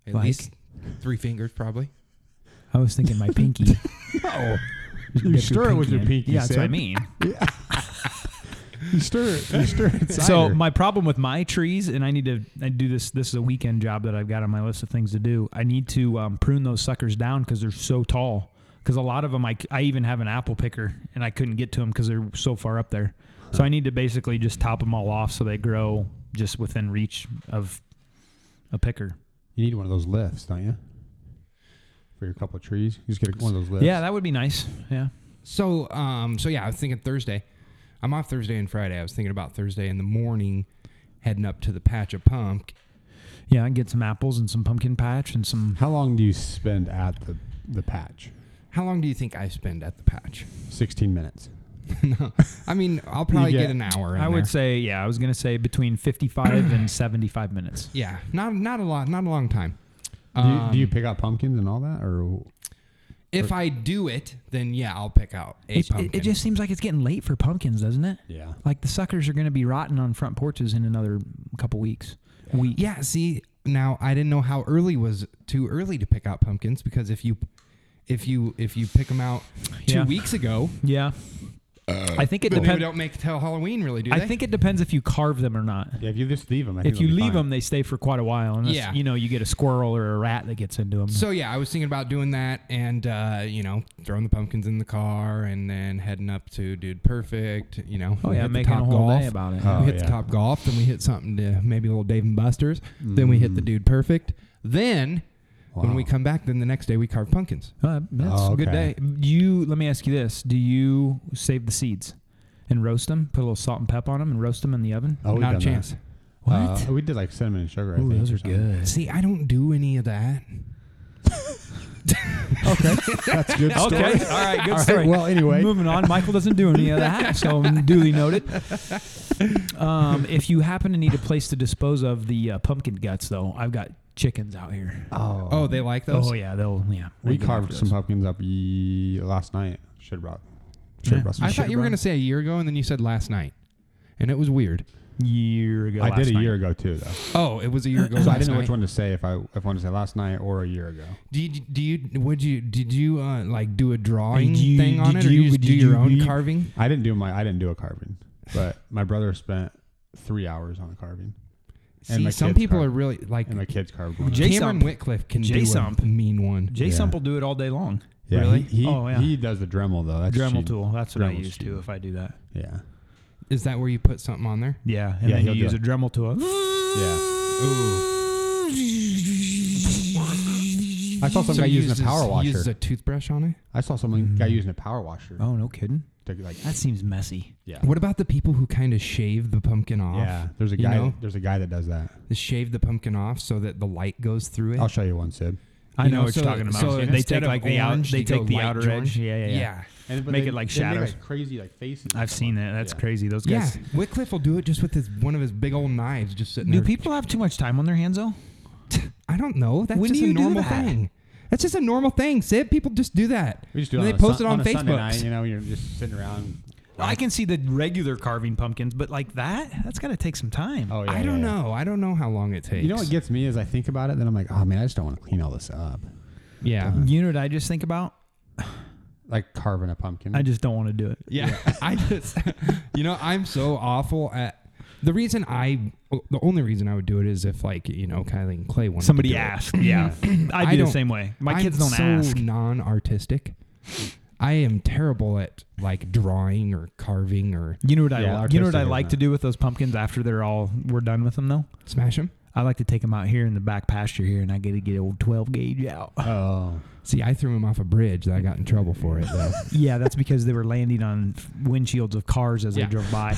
Speaker 6: At
Speaker 7: Like?
Speaker 6: least three fingers, probably.
Speaker 7: I was thinking my pinky.
Speaker 4: Oh,
Speaker 7: Dip
Speaker 4: you stir it with your
Speaker 7: in.
Speaker 4: pinky.
Speaker 7: Yeah, that's what I
Speaker 4: Sid.
Speaker 7: mean.
Speaker 4: You stir it. You stir it. Cider.
Speaker 7: So my problem with my trees, and I need to I do this. This is a weekend job that I've got on my list of things to do. I need to um, prune those suckers down because they're so tall. Because a lot of them, I, c- I even have an apple picker, and I couldn't get to them because they're so far up there. So I need to basically just top them all off so they grow just within reach of a picker.
Speaker 4: you need one of those lifts, don't you? For your couple of trees, you just get one of those lifts.
Speaker 7: Yeah, that would be nice. Yeah.
Speaker 6: So, um, so yeah, I was thinking Thursday. I'm off Thursday and Friday. I was thinking about Thursday in the morning, heading up to the patch of pump.
Speaker 7: Yeah, and get some apples and some pumpkin patch and some.
Speaker 4: How long do you spend at the the patch?
Speaker 6: How long do you think I spend at the patch?
Speaker 4: Sixteen minutes.
Speaker 6: no, I mean I'll probably
Speaker 4: get-
Speaker 6: get, an hour. In
Speaker 7: I would
Speaker 6: there.
Speaker 7: say, yeah, I was going to say between 55 and 75 minutes.
Speaker 6: yeah, not not a lot, not a long time.
Speaker 4: Do you, do you
Speaker 6: Um,
Speaker 4: pick out pumpkins and all that, or
Speaker 6: If I do it, then yeah, I'll pick out a
Speaker 7: It's-
Speaker 6: pumpkin.
Speaker 7: it, it just seems like it's getting late for pumpkins, doesn't it?
Speaker 4: yeah?
Speaker 7: Like the suckers are going to be rotting on front porches in another couple weeks. Week.
Speaker 6: yeah. See, now I didn't know how early was too early to pick out pumpkins because if you if you if you pick them out two
Speaker 7: Yeah.
Speaker 6: weeks ago,
Speaker 7: Yeah. I think it
Speaker 6: then they
Speaker 7: depends.
Speaker 6: Uh, don't make till Halloween, really, do they?
Speaker 7: I think it depends if you carve them or not.
Speaker 4: Yeah, if you just leave them, I think
Speaker 7: If you
Speaker 4: they'll be
Speaker 7: leave
Speaker 4: fine.
Speaker 7: them, they stay for quite a while. Unless,
Speaker 6: Yeah.
Speaker 7: you know, you get a squirrel or a rat that gets into them.
Speaker 6: So yeah, I was thinking about doing that, and uh, you know, throwing the pumpkins in the car, and then heading up to Dude Perfect. You know,
Speaker 7: oh,
Speaker 6: we
Speaker 7: yeah,
Speaker 6: hit the
Speaker 7: making a
Speaker 6: Top
Speaker 7: whole
Speaker 6: Golf.
Speaker 7: day about it.
Speaker 4: Uh,
Speaker 6: we
Speaker 4: Oh,
Speaker 6: hit
Speaker 4: yeah.
Speaker 6: the Top Golf, then we hit something to maybe a little Dave and Buster's. Then we hit the Dude Perfect. Then when
Speaker 4: Mm. Wow.
Speaker 6: we come back, then the next day we carve pumpkins.
Speaker 7: Uh, that's
Speaker 4: Oh,
Speaker 7: a good
Speaker 4: okay.
Speaker 7: day. You let me ask you this: Do you save the seeds and roast them? Put a little salt and pep on them and roast them in the oven.
Speaker 4: Oh, we've
Speaker 6: Not a
Speaker 4: done
Speaker 6: chance.
Speaker 4: That. Uh, we did like cinnamon and sugar. I think, or something.
Speaker 6: See, I don't do any of that.
Speaker 4: That's good. Story.
Speaker 7: Okay, all right, good story.
Speaker 4: well, anyway.
Speaker 7: moving on. Michael doesn't do any of that, so duly noted. Um, if you happen to need a place to dispose of the uh, pumpkin guts, though, I've got chickens out here.
Speaker 4: Oh,
Speaker 6: Oh, they like those.
Speaker 7: Oh yeah, they'll yeah.
Speaker 4: we
Speaker 7: they'll get
Speaker 4: carved
Speaker 7: after
Speaker 4: some
Speaker 7: us.
Speaker 4: pumpkins up ye- last night. Should brought. Should
Speaker 7: Yeah.
Speaker 4: brought some.
Speaker 6: I thought you were gonna say a year ago, and then you said last night, and it was weird.
Speaker 7: year ago.
Speaker 4: I
Speaker 7: last
Speaker 4: did a
Speaker 7: night.
Speaker 4: year ago too, though.
Speaker 6: Oh, it was a year ago.
Speaker 4: So I
Speaker 6: last
Speaker 4: didn't know
Speaker 6: night.
Speaker 4: which one to say if I if I wanted to say last night or a year ago.
Speaker 6: Do you, do you would you did you uh, like do a drawing
Speaker 7: Did you-
Speaker 6: thing on
Speaker 7: did
Speaker 6: it, or
Speaker 7: you-
Speaker 6: you just
Speaker 7: did
Speaker 6: do
Speaker 7: you
Speaker 6: your own
Speaker 7: read-
Speaker 6: carving?
Speaker 4: I didn't do my I didn't do a carving, but my brother spent three hours on a carving, And
Speaker 6: See,
Speaker 4: my
Speaker 6: some
Speaker 4: kids
Speaker 6: people
Speaker 4: carve.
Speaker 6: are really like
Speaker 4: and my kids carved one.
Speaker 7: J-
Speaker 6: Cameron
Speaker 7: J-Sump.
Speaker 6: Whitcliffe can
Speaker 7: J-Sump.
Speaker 6: do a mean one.
Speaker 7: Jay
Speaker 4: Yeah.
Speaker 7: Sump will do it all day long.
Speaker 4: yeah,
Speaker 7: really?
Speaker 4: He, he,
Speaker 7: Oh, yeah.
Speaker 4: he does the Dremel though. That's
Speaker 7: Dremel
Speaker 4: cheating.
Speaker 7: tool. That's what I
Speaker 4: Dremel's
Speaker 7: use too.
Speaker 4: cheating.
Speaker 7: If I do that.
Speaker 4: Yeah,
Speaker 6: Is that where you put something on there?
Speaker 7: Yeah, and
Speaker 4: Yeah,
Speaker 7: then you
Speaker 4: he'll do
Speaker 7: use a
Speaker 4: it.
Speaker 7: Dremel tool. Oh,
Speaker 4: yeah.
Speaker 6: Ooh,
Speaker 4: I saw some
Speaker 6: so
Speaker 4: guy
Speaker 6: he
Speaker 4: using
Speaker 6: uses-
Speaker 4: a power
Speaker 6: he
Speaker 4: washer.
Speaker 6: Uses a Hmm. toothbrush on it.
Speaker 4: I saw some guy using a power washer.
Speaker 7: Oh, no kidding.
Speaker 4: To, like,
Speaker 7: That seems messy.
Speaker 4: yeah.
Speaker 6: What about the people who kind of shave the pumpkin off?
Speaker 4: Yeah, there's a
Speaker 6: You
Speaker 4: guy.
Speaker 6: know?
Speaker 4: There's a guy that does that.
Speaker 6: They shave the pumpkin off so that the light goes through it.
Speaker 4: I'll show you one, Sid.
Speaker 7: I
Speaker 6: You
Speaker 7: know,
Speaker 6: know,
Speaker 7: what
Speaker 6: so-
Speaker 7: you're talking about.
Speaker 6: so
Speaker 7: they
Speaker 6: instead
Speaker 7: take
Speaker 6: of
Speaker 7: like the out,
Speaker 6: orange,
Speaker 7: they
Speaker 6: you go
Speaker 7: take the
Speaker 6: light
Speaker 7: outer
Speaker 6: orange?
Speaker 7: edge. Yeah, yeah, yeah.
Speaker 6: yeah.
Speaker 4: And
Speaker 7: Make it like
Speaker 4: they make,
Speaker 7: shadows.
Speaker 4: like, crazy like faces. and
Speaker 7: I've
Speaker 4: stuff
Speaker 7: seen
Speaker 4: like
Speaker 7: that. That's
Speaker 4: Yeah.
Speaker 7: crazy. Those
Speaker 6: Yeah,
Speaker 7: guys.
Speaker 6: Wycliffe will do it just with his one of his big old knives just sitting
Speaker 7: Do
Speaker 6: there.
Speaker 7: people have too much time on their hands though?
Speaker 6: I don't know. That's
Speaker 7: When
Speaker 6: just
Speaker 7: do you
Speaker 6: a
Speaker 7: do
Speaker 6: normal
Speaker 7: that?
Speaker 6: thing. That's just a normal thing, Sid. People just do that.
Speaker 4: We just do it
Speaker 6: and they
Speaker 4: on a
Speaker 6: post
Speaker 4: Sun-
Speaker 6: it on,
Speaker 4: a Sunday
Speaker 6: Facebook.
Speaker 4: night, you know, you're just sitting around.
Speaker 7: I can see the regular carving pumpkins, but like that, that's got to take some time.
Speaker 4: Oh yeah.
Speaker 6: I don't
Speaker 4: yeah, yeah.
Speaker 6: know. I don't know how long it takes.
Speaker 4: You know what gets me is I think about it, then I'm like, oh man, I just don't want to clean all this up.
Speaker 6: yeah.
Speaker 7: You know what I just think about?
Speaker 4: Like carving a pumpkin.
Speaker 7: I just don't want to do it.
Speaker 6: Yeah. I just, you know, I'm so awful at. The reason I, the only reason I would do it is if like you know Kylie and Clay wanted
Speaker 7: Somebody
Speaker 6: to do it.
Speaker 7: asked. Yeah, I do
Speaker 6: I
Speaker 7: the
Speaker 6: don't-
Speaker 7: same way. My
Speaker 6: I'm
Speaker 7: kids don't
Speaker 6: so
Speaker 7: ask.
Speaker 6: Non-artistic. I am terrible at like drawing or carving or
Speaker 7: You know what
Speaker 4: Yeah,
Speaker 7: I you know what I
Speaker 4: artistic,
Speaker 7: like
Speaker 4: isn't
Speaker 7: to
Speaker 4: it?
Speaker 7: do with those pumpkins after they're all we're done with them though.
Speaker 6: smash them.
Speaker 7: I like to take them out here in the back pasture here, and I get to get old twelve gauge out.
Speaker 4: Oh,
Speaker 6: See, I threw them off a bridge. I got in trouble for it though.
Speaker 7: yeah, that's because they were landing on f- windshields of cars as
Speaker 6: Yeah.
Speaker 7: they drove by.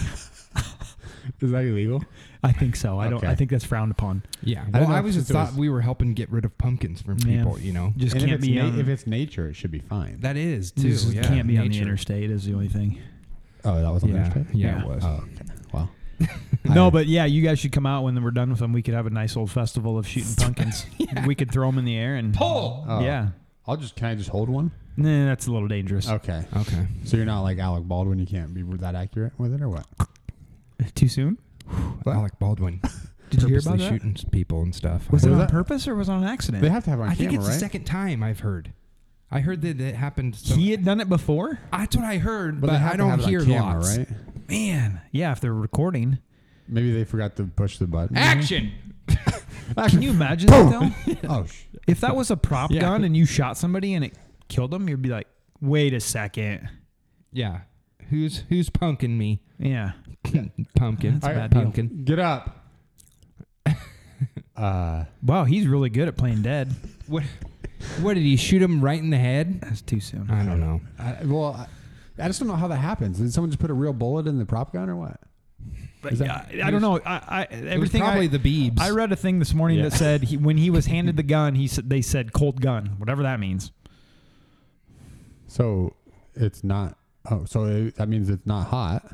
Speaker 4: is that illegal?
Speaker 7: I think so. I don't. I
Speaker 4: Okay.
Speaker 7: think that's frowned upon.
Speaker 6: yeah.
Speaker 4: don't
Speaker 6: Well,
Speaker 4: know
Speaker 6: I,
Speaker 4: if
Speaker 6: was just
Speaker 4: it was-
Speaker 6: thought we were helping get rid of pumpkins from
Speaker 7: Yeah.
Speaker 6: people. You know.
Speaker 7: Just
Speaker 4: And if
Speaker 7: can't
Speaker 4: it's,
Speaker 7: be.
Speaker 4: na-
Speaker 7: on,
Speaker 4: if it's nature, it should be fine.
Speaker 6: That is too.
Speaker 7: just
Speaker 6: yeah.
Speaker 7: can't be on the
Speaker 6: Nature.
Speaker 7: interstate is the only thing.
Speaker 4: oh, that was on
Speaker 6: Yeah,
Speaker 4: Thursday.
Speaker 6: yeah,
Speaker 7: Yeah.
Speaker 6: it was.
Speaker 4: Oh, okay. Well,
Speaker 7: No, but yeah, you guys should come out when we're done with them. We could have a nice old festival of shooting pumpkins. We could throw them in the air and pull.
Speaker 4: Oh.
Speaker 7: Yeah,
Speaker 4: I'll just can I just hold one?
Speaker 7: nah, that's a little dangerous.
Speaker 4: Okay.
Speaker 6: Okay.
Speaker 4: So you're not like Alec Baldwin. You can't be that accurate with it, or what?
Speaker 7: Too soon?
Speaker 6: Alec Baldwin.
Speaker 7: Did you
Speaker 6: purposely
Speaker 7: hear about that?
Speaker 6: shooting people and stuff.
Speaker 7: Was
Speaker 6: I-
Speaker 7: it on
Speaker 4: that?
Speaker 7: purpose or was it on accident?
Speaker 4: They have to have it on
Speaker 6: I
Speaker 4: camera,
Speaker 6: think it's
Speaker 4: right?
Speaker 6: the second time I've heard. I heard that it happened. Some,
Speaker 7: he had done it before.
Speaker 6: that's what I heard,
Speaker 4: but
Speaker 6: but,
Speaker 4: they have
Speaker 6: I
Speaker 4: to
Speaker 6: don't
Speaker 4: have it on
Speaker 6: hear
Speaker 4: camera,
Speaker 6: lots.
Speaker 4: right?
Speaker 7: Man, yeah, if they're recording,
Speaker 4: Maybe they forgot to push the button.
Speaker 6: Action.
Speaker 7: can you imagine that though?
Speaker 4: Oh, sh-
Speaker 7: If that was a prop
Speaker 6: Yeah.
Speaker 7: gun and you shot somebody and it killed them, you'd be like, "Wait a second,
Speaker 6: Yeah. Who's who's punking me?
Speaker 7: yeah."
Speaker 6: pumpkin.
Speaker 7: That's a bad deal.
Speaker 6: pumpkin.
Speaker 4: get up. uh,
Speaker 7: Wow, he's really good at playing dead.
Speaker 6: What? What did he shoot him right in the head?
Speaker 7: That's too soon.
Speaker 6: I don't know.
Speaker 4: I, well, I, I just don't know how that happens. Did someone just put a real bullet in the prop gun, or what?
Speaker 7: But yeah, I, I don't know. I, I
Speaker 6: It was
Speaker 7: everything
Speaker 6: probably
Speaker 7: I,
Speaker 6: the Beebs.
Speaker 7: I read a thing this morning
Speaker 4: Yeah.
Speaker 7: that said he, when he was handed the gun, he said they said cold gun, whatever that means.
Speaker 4: So it's not. Oh, so it, that means it's not hot.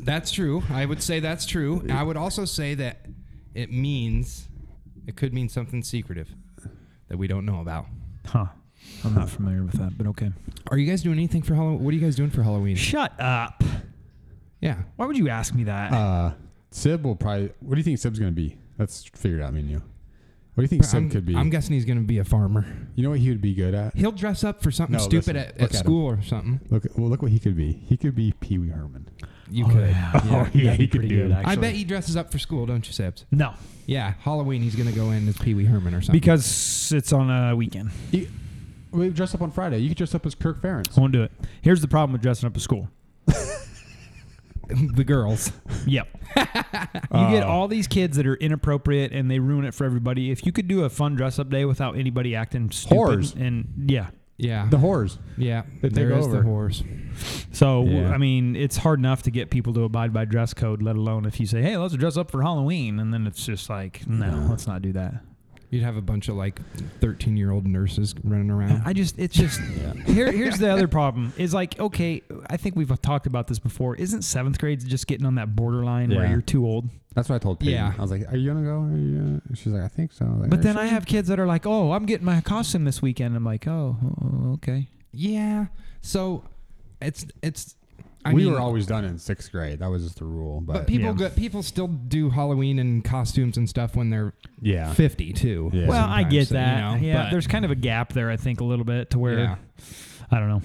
Speaker 6: That's true. I would say that's true. I would also say that it means it could mean something secretive that we don't know about.
Speaker 7: Huh. I'm not familiar with that, but okay.
Speaker 6: Are you guys doing anything for Halloween? What are you guys doing for Halloween?
Speaker 7: Shut up.
Speaker 6: Yeah.
Speaker 7: Why would you ask me that?
Speaker 4: Uh, Sib will probably. What do you think Sib's going to be? Let's figure it out, me and you. What do you think Sib
Speaker 6: I'm,
Speaker 4: could be?
Speaker 6: I'm guessing he's going to be a farmer.
Speaker 4: you know what he would be good at?
Speaker 6: He'll dress up for something
Speaker 4: No,
Speaker 6: stupid
Speaker 4: listen,
Speaker 6: at,
Speaker 4: look
Speaker 6: at
Speaker 4: at him.
Speaker 6: school or something.
Speaker 4: Look, well, look what he could be. He could be Pee Wee Herman.
Speaker 6: You
Speaker 7: Oh,
Speaker 6: could.
Speaker 7: yeah. Yeah,
Speaker 4: yeah,
Speaker 7: that'd
Speaker 4: he
Speaker 7: be
Speaker 4: could
Speaker 7: pretty
Speaker 4: do
Speaker 7: good,
Speaker 4: it.
Speaker 7: actually.
Speaker 6: I bet he dresses up for school, don't you, Sebs?
Speaker 7: No,
Speaker 6: Yeah, Halloween he's going to go in as Pee Wee Herman or something.
Speaker 7: because it's on a weekend.
Speaker 4: He, we dress up on Friday. You could dress up as Kirk Ferentz.
Speaker 7: I won't do it. Here's the problem with dressing up at school.
Speaker 6: the girls.
Speaker 7: Yep. you
Speaker 4: Uh,
Speaker 7: get all these kids that are inappropriate and they ruin it for everybody. If you could do a fun dress up day without anybody acting stupid
Speaker 4: Whores.
Speaker 7: and yeah.
Speaker 6: Yeah.
Speaker 4: The whores.
Speaker 6: yeah.
Speaker 4: They take
Speaker 6: There is the
Speaker 4: over.
Speaker 6: horse.
Speaker 7: So w-
Speaker 4: Yeah.
Speaker 7: I mean, it's hard enough to get people to abide by dress code, let alone if you say, "Hey, let's dress up for Halloween," and then it's just like, "No, let's not do that."
Speaker 6: You'd have a bunch of like 13 year old nurses running around.
Speaker 7: I just, it's just. Here, here's the other problem: is like, okay, I think we've talked about this before. Isn't seventh grade just getting on that borderline where
Speaker 4: Yeah.
Speaker 7: you're too old?
Speaker 4: That's what I told Peyton.
Speaker 6: Yeah.
Speaker 4: I was like, "Are you gonna go?" Are you gonna-" She's like, "I think so." I was like,
Speaker 7: But
Speaker 4: "Are
Speaker 7: then
Speaker 4: you
Speaker 7: I have kids that are like, "Oh, I'm getting my costume this weekend." I'm like, "Oh, oh, okay."
Speaker 6: yeah. So it's, it's, I
Speaker 4: sure?" we
Speaker 6: mean,
Speaker 4: were always done in sixth grade. That was just the rule. But,
Speaker 6: but people
Speaker 7: Yeah.
Speaker 6: go, people still do Halloween and costumes and stuff when they're
Speaker 4: yeah,
Speaker 6: 50 too.
Speaker 4: Yeah.
Speaker 7: Well, I
Speaker 6: sometimes,
Speaker 7: get
Speaker 6: so, you
Speaker 7: that.
Speaker 6: know,
Speaker 7: yeah,
Speaker 6: but-
Speaker 7: there's kind of a gap there, I think, a little bit to where
Speaker 6: Yeah.
Speaker 7: I don't know.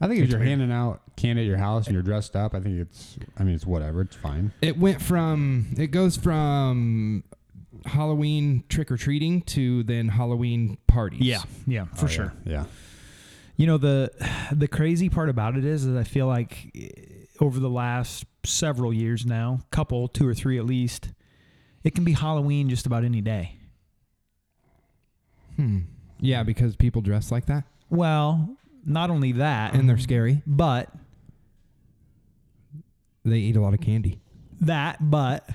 Speaker 4: I think if
Speaker 6: It's
Speaker 4: you're
Speaker 6: weird.
Speaker 4: handing out candy at your house and you're dressed up, I think it's. I mean, it's whatever. It's fine.
Speaker 6: It went from it goes from Halloween trick or treating to then Halloween parties.
Speaker 7: Yeah, yeah, for
Speaker 4: Oh, yeah.
Speaker 7: sure.
Speaker 4: Yeah.
Speaker 7: You know the the crazy part about it is that I feel like eh, over the last several years now, couple, two or three at least, it can be Halloween just about any day.
Speaker 6: Hmm. Yeah, because people dress like that
Speaker 7: Well, not only that,
Speaker 6: and they're scary.
Speaker 7: but
Speaker 6: They eat a lot of candy
Speaker 7: that, but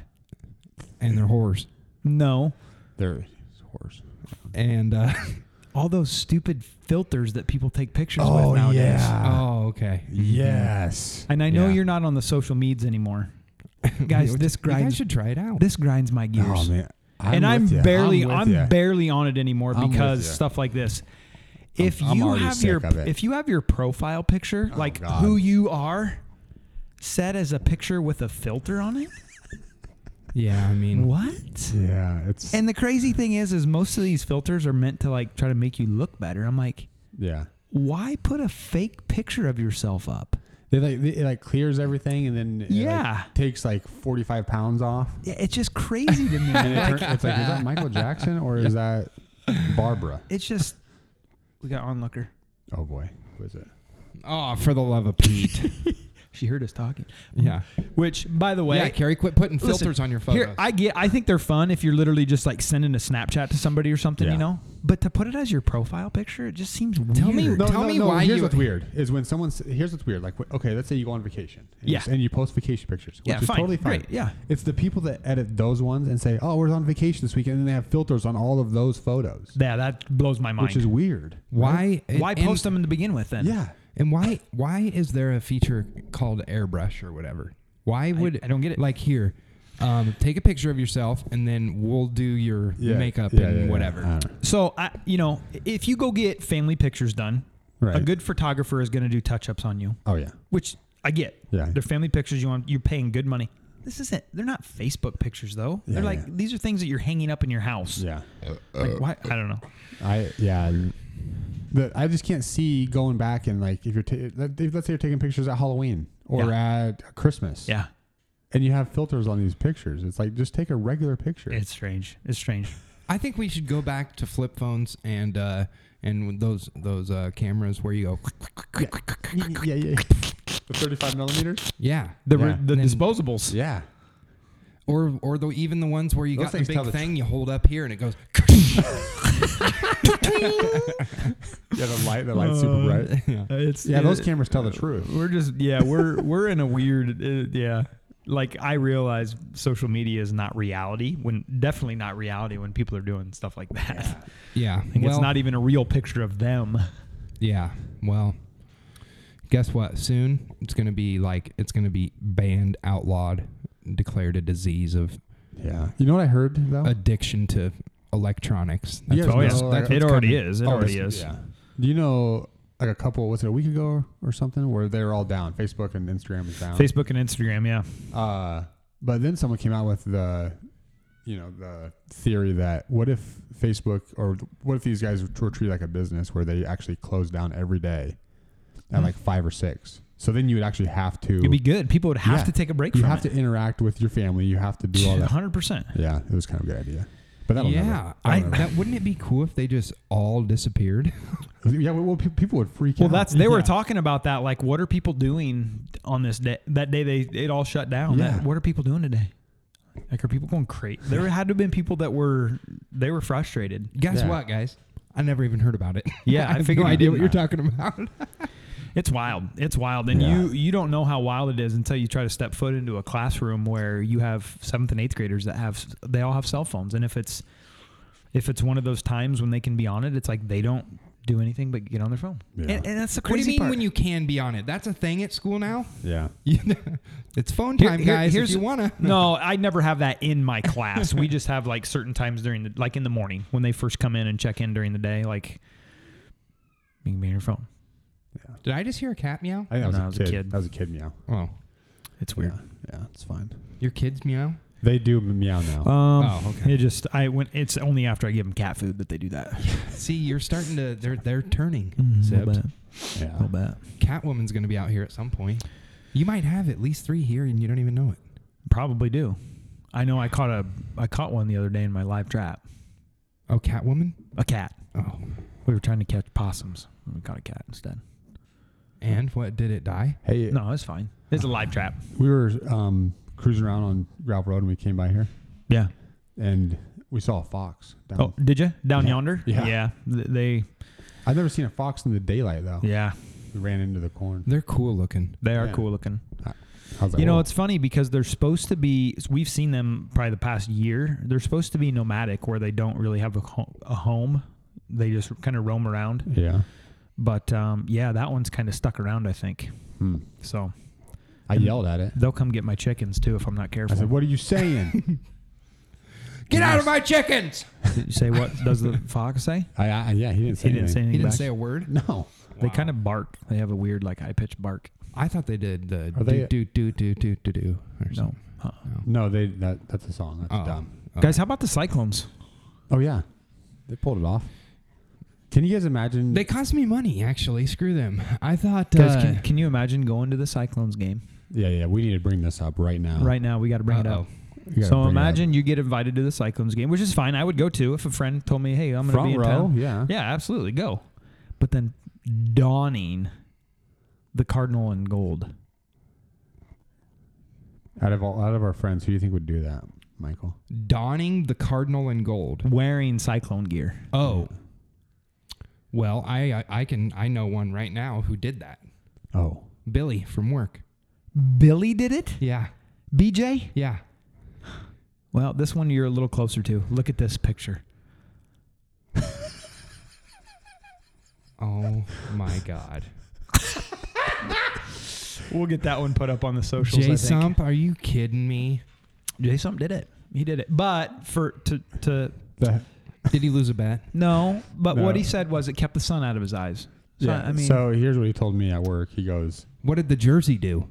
Speaker 6: and they're whores.
Speaker 7: no,
Speaker 4: They're horse.
Speaker 6: And uh,
Speaker 7: all those stupid filters that people take pictures with nowadays.
Speaker 6: oh, okay.
Speaker 4: mm-hmm. Yes.
Speaker 7: And I know
Speaker 6: Yeah.
Speaker 7: you're not on the social meds anymore, guys. This
Speaker 6: You guys
Speaker 7: grinds
Speaker 6: should try it out.
Speaker 7: this grinds my gears.
Speaker 4: Oh man.
Speaker 7: and I'm
Speaker 4: with ya.
Speaker 7: barely I'm,
Speaker 4: with ya.
Speaker 7: barely on it anymore
Speaker 4: I'm with
Speaker 7: because
Speaker 4: ya.
Speaker 7: stuff like this. If
Speaker 4: I'm
Speaker 7: you
Speaker 4: already
Speaker 7: have
Speaker 4: sick
Speaker 7: your
Speaker 4: of it. Oh,
Speaker 7: if you have your profile picture, like
Speaker 4: God.
Speaker 7: who you are, set as a picture with a filter on it,
Speaker 6: yeah, I mean,
Speaker 7: what?
Speaker 4: Yeah. It's.
Speaker 7: And the crazy thing is, is most of these filters are meant to like try to make you look better. I'm like,
Speaker 4: yeah.
Speaker 7: why put a fake picture of yourself up?
Speaker 4: They like they, it like clears everything and then it
Speaker 7: Yeah.
Speaker 4: like takes like forty five pounds off.
Speaker 7: Yeah, It's just crazy to me.
Speaker 4: And it turn, it's like is that Michael Jackson or is that Barbara?
Speaker 7: It's just we got onlooker.
Speaker 4: Oh boy, who is it?
Speaker 6: Oh, for the love of Pete.
Speaker 7: She heard us talking.
Speaker 6: yeah.
Speaker 7: Which, by the way,
Speaker 6: yeah, Carrie, quit putting
Speaker 7: listen,
Speaker 6: filters on your photos.
Speaker 7: Here, I get. I think they're fun if you're literally just like sending a Snapchat to somebody or something,
Speaker 4: Yeah.
Speaker 7: you know. But to put it as your profile picture, it just seems weird.
Speaker 6: Tell me
Speaker 4: No,
Speaker 6: Tell
Speaker 4: no,
Speaker 6: me
Speaker 4: no,
Speaker 6: why
Speaker 4: here's
Speaker 6: you-
Speaker 4: what's weird is when someone s- here's what's weird. Like, wh- okay, let's say you go on vacation, and, you,
Speaker 7: Yeah.
Speaker 4: s- and you post vacation pictures, which
Speaker 7: Yeah,
Speaker 4: is
Speaker 7: fine,
Speaker 4: totally fine.
Speaker 7: great, yeah.
Speaker 4: it's the people that edit those ones and say, "Oh, we're on vacation this weekend," and they have filters on all of those photos,
Speaker 7: Yeah, that blows my mind.
Speaker 4: which is weird.
Speaker 6: why?
Speaker 7: Why
Speaker 6: and-
Speaker 7: post them to begin with then?
Speaker 4: Yeah,
Speaker 6: And why why is there a feature called airbrush or whatever? Why would
Speaker 7: I don't get it.
Speaker 6: Like here, um, take a picture of yourself and then we'll do your
Speaker 4: yeah,
Speaker 6: makeup
Speaker 4: yeah,
Speaker 6: and
Speaker 4: yeah, yeah.
Speaker 6: whatever.
Speaker 4: I don't know.
Speaker 7: So I, you know, if you go get family pictures done, a
Speaker 4: Right.
Speaker 7: good photographer is going to do touch-ups on you,
Speaker 4: Oh yeah,
Speaker 7: which I get.
Speaker 4: Yeah.
Speaker 7: They're family pictures. You want you're paying good money. This isn't. They're not Facebook pictures though.
Speaker 4: Yeah,
Speaker 7: they're like
Speaker 4: yeah.
Speaker 7: these are things that you're hanging up in your house.
Speaker 4: yeah. Uh,
Speaker 7: Like why? I don't know.
Speaker 4: I yeah. The, I just can't see going back and like if you're ta- let- if- let's say you're taking pictures at Halloween or at Christmas,
Speaker 7: Yeah.
Speaker 4: and you have filters on these pictures. It's like just take a regular picture.
Speaker 7: It's strange. It's strange.
Speaker 6: I think we should go back to flip phones and uh, and those those uh, cameras where you go.
Speaker 4: yeah, yeah, yeah. The 35 millimeters.
Speaker 6: Yeah.
Speaker 7: The
Speaker 4: Yeah.
Speaker 7: re- the
Speaker 6: And then-
Speaker 7: disposables.
Speaker 4: Yeah.
Speaker 6: Or or the, even the ones where you
Speaker 4: Those
Speaker 6: got the
Speaker 4: things
Speaker 6: big
Speaker 4: tell the
Speaker 6: thing you hold up here and it goes.
Speaker 4: Yeah, the light, the light's
Speaker 7: Uh,
Speaker 4: super bright.
Speaker 6: yeah.
Speaker 7: It's
Speaker 4: Yeah, those
Speaker 7: it-
Speaker 4: cameras tell the truth.
Speaker 7: We're just yeah. We're we're in a weird uh, yeah. Like I realize social media is not reality when definitely not reality when people are doing stuff like that.
Speaker 6: Yeah.
Speaker 7: Like
Speaker 6: well,
Speaker 7: it's not even a real picture of them.
Speaker 6: Yeah. Well, guess what? Soon it's going to be like it's going to be banned, outlawed, declared a disease of
Speaker 4: Yeah. You know what I heard though?
Speaker 6: addiction to electronics. That's
Speaker 4: Yeah,
Speaker 6: what-
Speaker 4: oh, yeah.
Speaker 6: that's-
Speaker 4: It
Speaker 6: that's what's
Speaker 7: already
Speaker 6: coming.
Speaker 7: is. It already is.
Speaker 4: Oh, Yeah. Do you know like a couple? Was it a week ago or something where they were all down? Facebook and Instagram was down.
Speaker 7: Facebook and Instagram, yeah.
Speaker 4: Uh, but then someone came out with the, you know, the theory that what if Facebook or what if these guys were treated like a business where they actually close down every day at
Speaker 7: Hmm.
Speaker 4: like five or six? So then you would actually have to.
Speaker 7: It'd be good. People would have
Speaker 4: Yeah.
Speaker 7: to take a break
Speaker 4: you
Speaker 7: from
Speaker 4: have
Speaker 7: it.
Speaker 4: to interact with your family. You have to do all that.
Speaker 7: 100%.
Speaker 4: Yeah, it was kind of a good idea. But that'll never-
Speaker 6: Yeah, I,
Speaker 4: that'll never-
Speaker 6: that wouldn't it be cool if they just all disappeared?
Speaker 4: yeah. Well, pe- people would freak
Speaker 7: Well,
Speaker 4: out.
Speaker 7: that's they were
Speaker 4: Yeah.
Speaker 7: talking about that. Like, what are people doing on this day? That day they it all shut down.
Speaker 4: Yeah.
Speaker 7: That, what are people doing today? Like, are people going crazy? There had to have been people that were they were frustrated.
Speaker 6: Guess
Speaker 4: Yeah.
Speaker 6: what, guys? I never even heard about it.
Speaker 7: Yeah,
Speaker 6: I
Speaker 7: I
Speaker 6: have
Speaker 7: figured
Speaker 6: no
Speaker 7: you
Speaker 6: idea what
Speaker 7: did
Speaker 6: you're talking about.
Speaker 7: It's wild. It's wild, and
Speaker 4: Yeah.
Speaker 7: you you don't know how wild it is until you try to step foot into a classroom where you have seventh and eighth graders that have they all have cell phones, and if it's if it's one of those times when they can be on it, it's like they don't do anything but get on their phone,
Speaker 4: Yeah.
Speaker 7: and, and that's the
Speaker 6: what do
Speaker 7: crazy
Speaker 6: you mean
Speaker 7: part.
Speaker 6: when you can be on it? That's a thing at school now.
Speaker 4: Yeah.
Speaker 6: it's phone
Speaker 7: Here-
Speaker 6: time,
Speaker 7: here-
Speaker 6: guys. if you wanna.
Speaker 7: no, I never have that in my class. we just have like certain times during the like in the morning when they first come in and check in during the day, like you can be on your phone.
Speaker 6: Did I just hear a cat meow?
Speaker 4: I think that was,
Speaker 7: No,
Speaker 4: a,
Speaker 7: it was a
Speaker 4: kid.
Speaker 7: kid.
Speaker 4: That was a kid meow.
Speaker 6: Oh,
Speaker 7: It's weird.
Speaker 4: Yeah. Yeah, it's fine.
Speaker 6: your kids meow.
Speaker 4: They do meow now.
Speaker 7: Um,
Speaker 6: Oh, okay.
Speaker 7: It just I went. It's only after I give them cat food that they do that.
Speaker 6: See, you're starting to. They're they're turning.
Speaker 7: I'll
Speaker 6: Sibbs.
Speaker 7: Mm, bet.
Speaker 4: yeah.
Speaker 7: I'll bet.
Speaker 6: Catwoman's going to be out here at some point. You might have at least three here, and you don't even know it.
Speaker 7: Probably do. I know I caught a I caught one the other day in my live trap.
Speaker 6: Oh, Catwoman.
Speaker 7: A cat.
Speaker 6: Oh,
Speaker 7: We were trying to catch possums. We caught a cat instead.
Speaker 6: and what did it die?
Speaker 4: Hey,
Speaker 7: No, it's fine. It's a live trap.
Speaker 4: we were um, cruising around on gravel road and we came by here
Speaker 7: Yeah.
Speaker 4: and we saw a fox. Down.
Speaker 7: Oh, did you down
Speaker 4: Yeah.
Speaker 7: yonder?
Speaker 4: Yeah.
Speaker 7: Yeah. Th- They.
Speaker 4: I've never seen a fox in the daylight though.
Speaker 7: Yeah.
Speaker 4: We ran into the corn.
Speaker 6: They're cool looking.
Speaker 7: They are
Speaker 4: Yeah.
Speaker 7: cool looking.
Speaker 4: I was like,
Speaker 7: You know,
Speaker 4: "Whoa."
Speaker 7: it's funny because they're supposed to be. We've seen them probably the past year. They're supposed to be nomadic, where they don't really have a, ho- a home. They just kind of roam around.
Speaker 4: yeah.
Speaker 7: But um, yeah, that one's kind of stuck around, I think.
Speaker 4: Hmm.
Speaker 7: So
Speaker 4: I yelled at it.
Speaker 7: they'll come get my chickens too if I'm not
Speaker 4: I
Speaker 7: careful.
Speaker 4: said, "What are you saying?"
Speaker 6: Get out of my chickens!
Speaker 7: Did you say what does the fox say?
Speaker 4: I, I yeah, he didn't say
Speaker 7: He didn't
Speaker 4: anything.
Speaker 7: say anything.
Speaker 6: He didn't
Speaker 7: back.
Speaker 6: say a word.
Speaker 4: No.
Speaker 7: They kind of bark. They have a weird, like high pitched bark.
Speaker 6: I thought they did the
Speaker 4: Are they-
Speaker 6: do do do do do do or
Speaker 7: No,
Speaker 6: something.
Speaker 7: uh
Speaker 4: No, they that that's a song. That's
Speaker 6: Oh.
Speaker 4: dumb.
Speaker 6: Oh.
Speaker 7: guys, how about the cyclones?
Speaker 4: Oh yeah. They pulled it off. Can you guys imagine
Speaker 6: They cost me money, actually. Screw them. I thought.
Speaker 7: Guys,
Speaker 6: uh,
Speaker 7: can, can you imagine going to the cyclones game
Speaker 4: Yeah, yeah, we need to bring this up right now.
Speaker 7: right now? We got to bring
Speaker 6: Oh. uh-oh.
Speaker 4: We gotta
Speaker 7: it up. So
Speaker 4: bring it up.
Speaker 7: imagine you get invited to the cyclones game, which is fine. I would go too if a friend told me, "Hey, I'm going to
Speaker 4: front
Speaker 7: be in
Speaker 4: row,
Speaker 7: town."
Speaker 4: yeah.
Speaker 7: Yeah, absolutely, go. But then dawning the cardinal and gold.
Speaker 4: Out of all out of our friends, who do you think would do that, Michael?
Speaker 6: Donning the cardinal and gold.
Speaker 7: Wearing cyclone gear.
Speaker 6: Oh. Well, I, I I can I know one right now who did that.
Speaker 4: Oh,
Speaker 6: Billy from work.
Speaker 7: Billy did it?
Speaker 6: Yeah.
Speaker 7: BJ?
Speaker 6: Yeah.
Speaker 7: Well, this one you're a little closer to. Look at this picture.
Speaker 6: Oh my god.
Speaker 7: We'll get that one put up on the socials.
Speaker 6: Jay Sump, are you kidding me?
Speaker 7: Jay Sump did it. He did it. But for to to
Speaker 4: that,
Speaker 6: Did he lose a bet?
Speaker 7: no, but what
Speaker 4: No.
Speaker 7: he said was it kept the sun out of his eyes. So,
Speaker 4: yeah.
Speaker 7: I mean,
Speaker 4: so here's what he told me at work. He goes,
Speaker 6: What did the jersey do?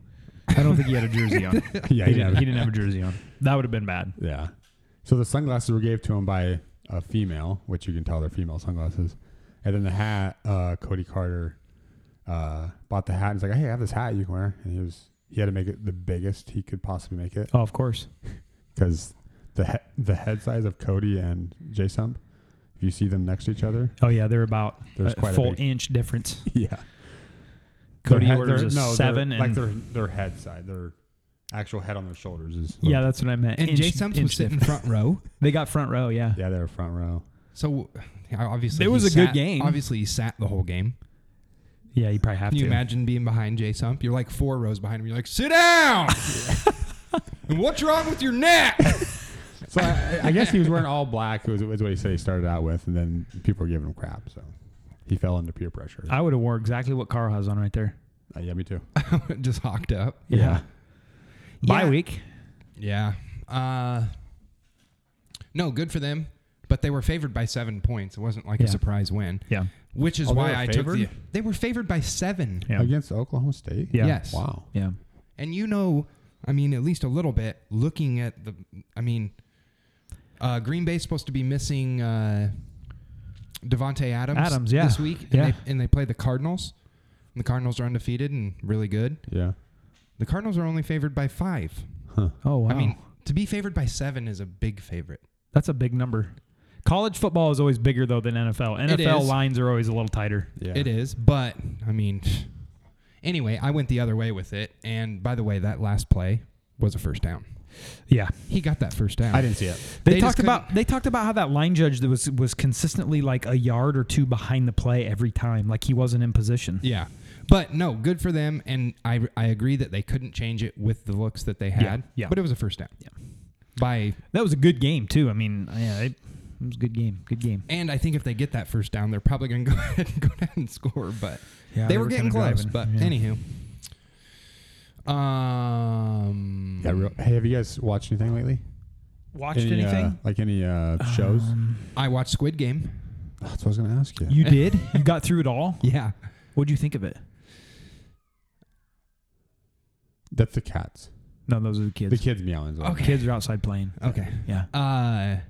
Speaker 7: I don't think he had a jersey on.
Speaker 4: yeah,
Speaker 7: he,
Speaker 4: you
Speaker 7: didn't,
Speaker 4: know,
Speaker 7: he didn't have a jersey on. That would have been bad.
Speaker 4: yeah. So the sunglasses were gave to him by a female, which you can tell they're female sunglasses. And then the hat, uh, Cody Carter uh, bought the hat. and He's like, hey, I have this hat you can wear. And he was he had to make it the biggest he could possibly make it
Speaker 7: Oh, of course.
Speaker 4: because the he- the head size of Cody and J Sump, if you see them next to each other,
Speaker 7: Oh yeah, they're about
Speaker 4: There's
Speaker 7: a
Speaker 4: quite a
Speaker 7: full
Speaker 4: big-
Speaker 7: inch difference.
Speaker 4: yeah.
Speaker 7: Cody
Speaker 4: Their
Speaker 7: orders
Speaker 4: their-
Speaker 7: a
Speaker 4: their-
Speaker 7: seven and-
Speaker 4: like their their head side, their actual head on their shoulders is
Speaker 7: Yeah, that's what I meant.
Speaker 6: And
Speaker 7: Inch-
Speaker 6: Jay Sump
Speaker 7: inch
Speaker 6: was sitting
Speaker 7: difference.
Speaker 6: front row.
Speaker 7: They got front row. Yeah.
Speaker 4: yeah, they're front row.
Speaker 6: So I- obviously
Speaker 7: It was
Speaker 6: he
Speaker 7: a good
Speaker 6: sat-
Speaker 7: game.
Speaker 6: Obviously he sat the whole game.
Speaker 7: Yeah, you probably have
Speaker 6: Can
Speaker 7: to.
Speaker 6: you imagine being behind Jay Sump? You're like four rows behind him. You're like, sit down. and what's wrong with your neck?
Speaker 4: So I, I guess he was wearing all black. Was, was what he said he started out with, and then people were giving him crap. So he fell under peer pressure.
Speaker 7: I would have wore exactly what Carl has on right there.
Speaker 4: Uh, yeah, me too.
Speaker 6: Just hocked up.
Speaker 7: Bye
Speaker 6: Yeah.
Speaker 7: week.
Speaker 6: Yeah. Uh, no, good for them. But they were favored by seven points. It wasn't like
Speaker 7: Yeah.
Speaker 6: a surprise win.
Speaker 7: Yeah.
Speaker 6: Which is
Speaker 4: Oh, they
Speaker 6: why
Speaker 4: were
Speaker 6: I took
Speaker 4: favored?
Speaker 6: the. They were favored by seven.
Speaker 7: Yeah.
Speaker 4: against Oklahoma State.
Speaker 7: Yeah.
Speaker 6: Yes.
Speaker 4: Wow.
Speaker 7: Yeah.
Speaker 6: And you know, I mean, at least a little bit. Looking at the, I mean, uh, Green Bay's supposed to be missing uh, Devonte Adams.
Speaker 7: Adams, yeah.
Speaker 6: This week, and
Speaker 7: Yeah.
Speaker 6: They, and they play the Cardinals. And the Cardinals are undefeated and really good.
Speaker 4: Yeah.
Speaker 6: The Cardinals are only favored by five.
Speaker 4: Huh.
Speaker 7: Oh wow.
Speaker 6: I mean, to be favored by seven is a big favorite.
Speaker 7: that's a big number. College football is always bigger though than NFL.
Speaker 6: It
Speaker 7: NFL
Speaker 6: is.
Speaker 7: lines are always a little tighter.
Speaker 4: Yeah.
Speaker 6: It is, but I mean, anyway, I went the other way with it. And by the way, that last play was a first down.
Speaker 7: Yeah.
Speaker 6: He got that first down.
Speaker 4: I didn't see it.
Speaker 7: They,
Speaker 6: They just
Speaker 7: talked about they talked about how that line judge that was was consistently like a yard or two behind the play every time, like he wasn't in position.
Speaker 6: Yeah. But no, good for them. And I, I agree that they couldn't change it with the looks that they had.
Speaker 7: yeah.
Speaker 6: But it was a first down.
Speaker 7: Yeah.
Speaker 6: By
Speaker 7: That was a good game too. I mean, yeah, it, it was a good game. Good game.
Speaker 6: and I think if they get that first down, they're probably going to go ahead and go down and score. But
Speaker 7: Yeah,
Speaker 6: they, were, getting
Speaker 7: kinda
Speaker 6: close. But
Speaker 7: driving. Yeah.
Speaker 6: anywho, um,
Speaker 4: Yeah. Real, hey, have you guys watched anything lately?
Speaker 7: watched
Speaker 4: Any, uh,
Speaker 7: anything?
Speaker 4: like any uh, shows?
Speaker 6: I watched Squid Game.
Speaker 4: That's what I was gonna ask you.
Speaker 7: you did? You got through it all?
Speaker 6: Yeah,
Speaker 7: What'd you think of it?
Speaker 4: That's the cats.
Speaker 7: No, those are the kids.
Speaker 4: The kids meowing. is what-
Speaker 6: Okay.
Speaker 7: Kids are outside playing.
Speaker 6: Okay.
Speaker 7: Yeah.
Speaker 6: Uh,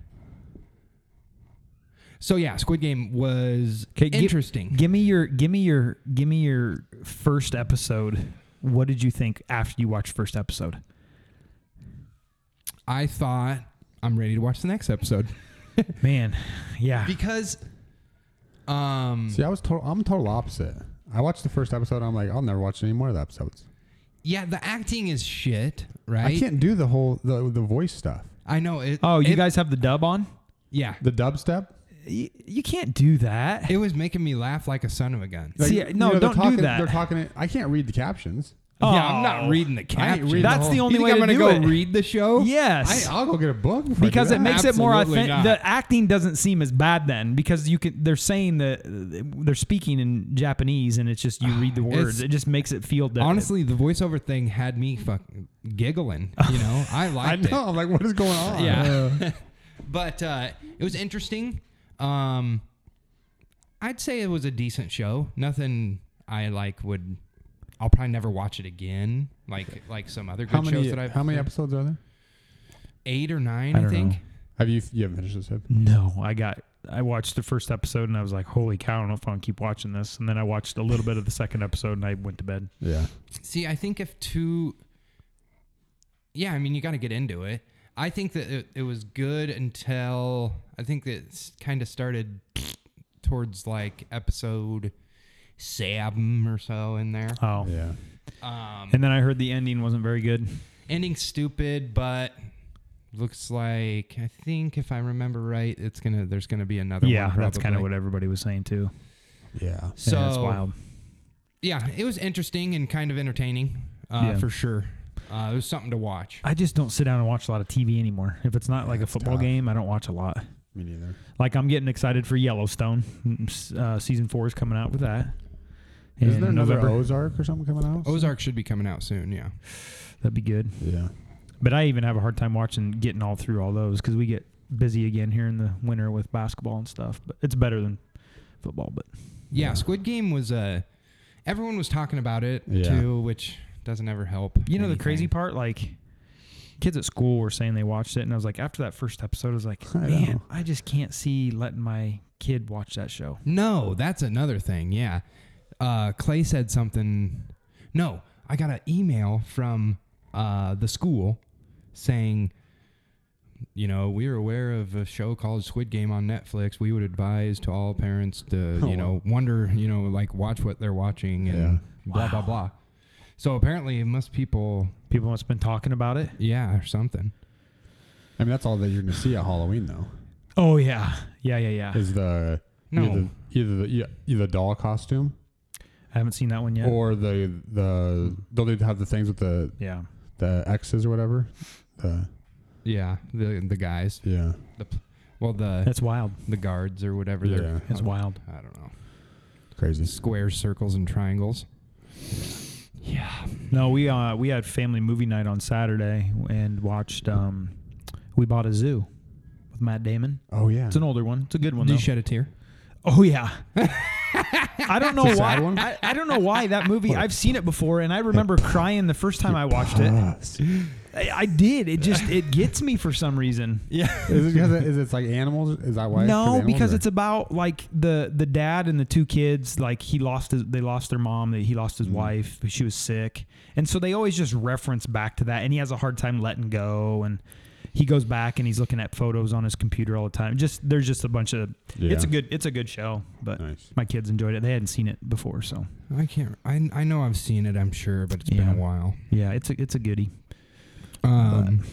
Speaker 6: so yeah, Squid Game was
Speaker 7: 'Kay, gi-
Speaker 6: interesting.
Speaker 7: Give me your give me your give me your first episode. What did you think after you watched first episode?
Speaker 6: I thought I'm ready to watch the next episode
Speaker 7: Man, yeah.
Speaker 6: because, um,
Speaker 4: See, I was total. I'm total opposite. I watched the first episode. I'm like, I'll never watch any more of the episodes.
Speaker 6: yeah, the acting is shit, right?
Speaker 4: I can't do the whole the the voice stuff.
Speaker 6: I know it.
Speaker 7: Oh, you
Speaker 6: it-
Speaker 7: guys have the dub on?
Speaker 6: Yeah,
Speaker 4: The dubstep.
Speaker 7: You, you can't do that.
Speaker 6: it was making me laugh like a son of a gun.
Speaker 4: Like,
Speaker 7: See,
Speaker 4: you
Speaker 7: no,
Speaker 4: know, they're
Speaker 7: don't do
Speaker 4: talking,
Speaker 7: that.
Speaker 4: They're talking it. I can't read the captions.
Speaker 6: yeah, I'm not
Speaker 7: Oh.
Speaker 6: reading
Speaker 4: I
Speaker 6: the
Speaker 4: ain't
Speaker 6: caption.
Speaker 4: reading
Speaker 7: That's the only
Speaker 6: you
Speaker 7: way
Speaker 6: think
Speaker 7: to
Speaker 6: I'm
Speaker 7: do
Speaker 6: gonna
Speaker 7: it.
Speaker 6: go read the show.
Speaker 7: Yes.
Speaker 4: I, I'll go get a book before I
Speaker 7: because
Speaker 4: do
Speaker 7: it
Speaker 4: that.
Speaker 7: makes it more
Speaker 6: Absolutely
Speaker 7: authentic.
Speaker 6: not.
Speaker 7: The acting doesn't seem as bad then because you can. They're saying that uh, they're speaking in Japanese, and it's just you read the words.
Speaker 6: It's-
Speaker 7: it just makes it feel different.
Speaker 6: Honestly, the voiceover thing had me fuck giggling. You know, I
Speaker 4: I
Speaker 6: liked it.
Speaker 4: know. I'm like, what is going on?
Speaker 6: Yeah. but uh, it was interesting. Um, I'd say it was a decent show. Nothing I like would. I'll probably never watch it again. Like like some other good
Speaker 4: How many?
Speaker 6: shows that I've.
Speaker 4: how many
Speaker 6: seen.
Speaker 4: episodes are there?
Speaker 6: Eight or nine,
Speaker 7: I
Speaker 6: I,
Speaker 7: don't
Speaker 6: think.
Speaker 7: know.
Speaker 4: Have you? You haven't finished this yet?
Speaker 7: No, I got. I watched the first episode and I was like, "Holy cow! I don't know if I want to keep watching this." And then I watched a little bit of the second episode and I went to bed.
Speaker 4: Yeah.
Speaker 6: See, I think if two. Yeah, I mean, you got to get into it. I think that it, it was good until I think that it kind of started towards like episode seven or so in there.
Speaker 4: Uh,
Speaker 7: Oh,
Speaker 4: Yeah.
Speaker 6: Um,
Speaker 7: and then I heard the ending wasn't very good.
Speaker 6: ending stupid, but looks like I think if I remember right, it's gonna there's gonna be another.
Speaker 7: yeah,
Speaker 6: one
Speaker 7: that's kind of
Speaker 6: probably.
Speaker 7: what everybody was saying too.
Speaker 4: Yeah.
Speaker 6: So
Speaker 7: yeah, that's wild.
Speaker 6: yeah, it was interesting and kind of entertaining uh,
Speaker 7: Yeah.
Speaker 6: for sure. Uh, it was something to watch.
Speaker 7: I just don't sit down and watch a lot of TV anymore. If it's not like a
Speaker 4: that's
Speaker 7: football
Speaker 4: tough.
Speaker 7: game, I don't watch a lot.
Speaker 4: Me neither.
Speaker 7: Like I'm getting excited for Yellowstone. Mm, s- Uh, season four is coming out with that.
Speaker 4: Isn't
Speaker 7: in
Speaker 4: there another
Speaker 7: November.
Speaker 4: Ozark or something coming out?
Speaker 6: Ozark should be coming out soon. Yeah,
Speaker 7: That'd be good.
Speaker 4: Yeah.
Speaker 7: But I even have a hard time watching, getting all through all those because we get busy again here in the winter with basketball and stuff. But it's better than football. But
Speaker 6: yeah. Squid Game was uh, everyone was talking about it
Speaker 4: Yeah.
Speaker 6: too, which doesn't ever help.
Speaker 7: you know the crazy
Speaker 6: anything.
Speaker 7: part, like kids at school were saying they watched it, and I was like, after that first episode, I was like,
Speaker 4: I
Speaker 7: man,
Speaker 4: know.
Speaker 7: I just can't see letting my kid watch that show.
Speaker 6: No, that's another thing. Yeah. Uh, Clay said something. No, I got an email from uh, the school saying, you know, we are aware of a show called Squid Game on Netflix. We would advise to all parents to,
Speaker 4: Oh,
Speaker 6: you know, wonder, you know, like watch what they're watching and
Speaker 4: Yeah.
Speaker 6: blah, blah, blah. So apparently, most people,
Speaker 7: People must have been talking about it.
Speaker 6: yeah, or something.
Speaker 4: I mean, that's all that you're going to see at Halloween, though,
Speaker 7: Oh yeah, yeah, yeah, yeah.
Speaker 4: is the
Speaker 6: No.
Speaker 4: either, either the yeah, either doll costume
Speaker 7: I haven't seen that one yet.
Speaker 4: or the the they'll do have the things with the
Speaker 7: yeah,
Speaker 4: the X's or whatever. The,
Speaker 6: Yeah, the the guys,
Speaker 4: yeah.
Speaker 6: the p- well, the
Speaker 7: that's wild.
Speaker 6: the guards or whatever.
Speaker 4: Yeah.
Speaker 6: They're,
Speaker 7: It's wild.
Speaker 6: I don't know.
Speaker 4: Crazy.
Speaker 6: Squares, circles, and triangles.
Speaker 7: No, we uh we had family movie night on Saturday and watched um we bought a zoo with Matt Damon.
Speaker 4: Oh yeah.
Speaker 7: It's an older one. It's a good one
Speaker 6: Did
Speaker 7: though.
Speaker 6: you shed a tear?
Speaker 7: oh yeah. I don't know
Speaker 4: It's a
Speaker 7: why.
Speaker 4: sad one?
Speaker 7: I, I don't know why that movie. I've seen it before, and I remember crying the first time I watched it.
Speaker 4: Yes.
Speaker 7: I, I did. It just it gets me for some reason.
Speaker 6: Yeah.
Speaker 4: is it because it, is it's like animals? Is that why?
Speaker 7: no,
Speaker 4: it's
Speaker 7: because it's about like the the dad and the two kids. Like he lost his, they lost their mom. He lost his wife. She was sick, and so they always just reference back to that. And he has a hard time letting go. And he goes back and he's looking at photos on his computer all the time. Just there's just a bunch of. It's a
Speaker 4: Yeah.
Speaker 7: good it's a good show, but
Speaker 4: Nice.
Speaker 7: my kids enjoyed it. They hadn't seen it before, so
Speaker 6: I can't. I, I know I've seen it. I'm sure, but it's been
Speaker 7: Yeah.
Speaker 6: a while.
Speaker 7: yeah, it's a it's a goodie.
Speaker 6: Um,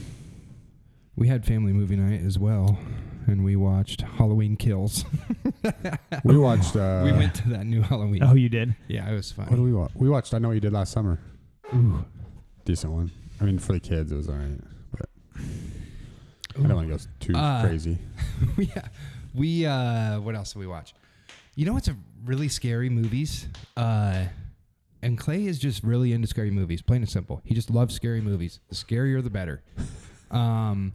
Speaker 6: we had family movie night as well, and we watched Halloween Kills.
Speaker 4: we watched. Uh,
Speaker 6: we went to that new Halloween.
Speaker 7: Oh, you did.
Speaker 6: yeah, it was
Speaker 4: What did
Speaker 6: fun.
Speaker 4: we watch? We watched. I know what you did last summer. Decent one. I mean, for the kids, it was all right. But I don't want to go too
Speaker 6: Uh,
Speaker 4: crazy.
Speaker 6: yeah, we. Uh, what else did we watch? You know what's a really scary movies? Uh, and Clay is just really into scary movies. Plain and simple, he just loves scary movies. The scarier, the better. Um,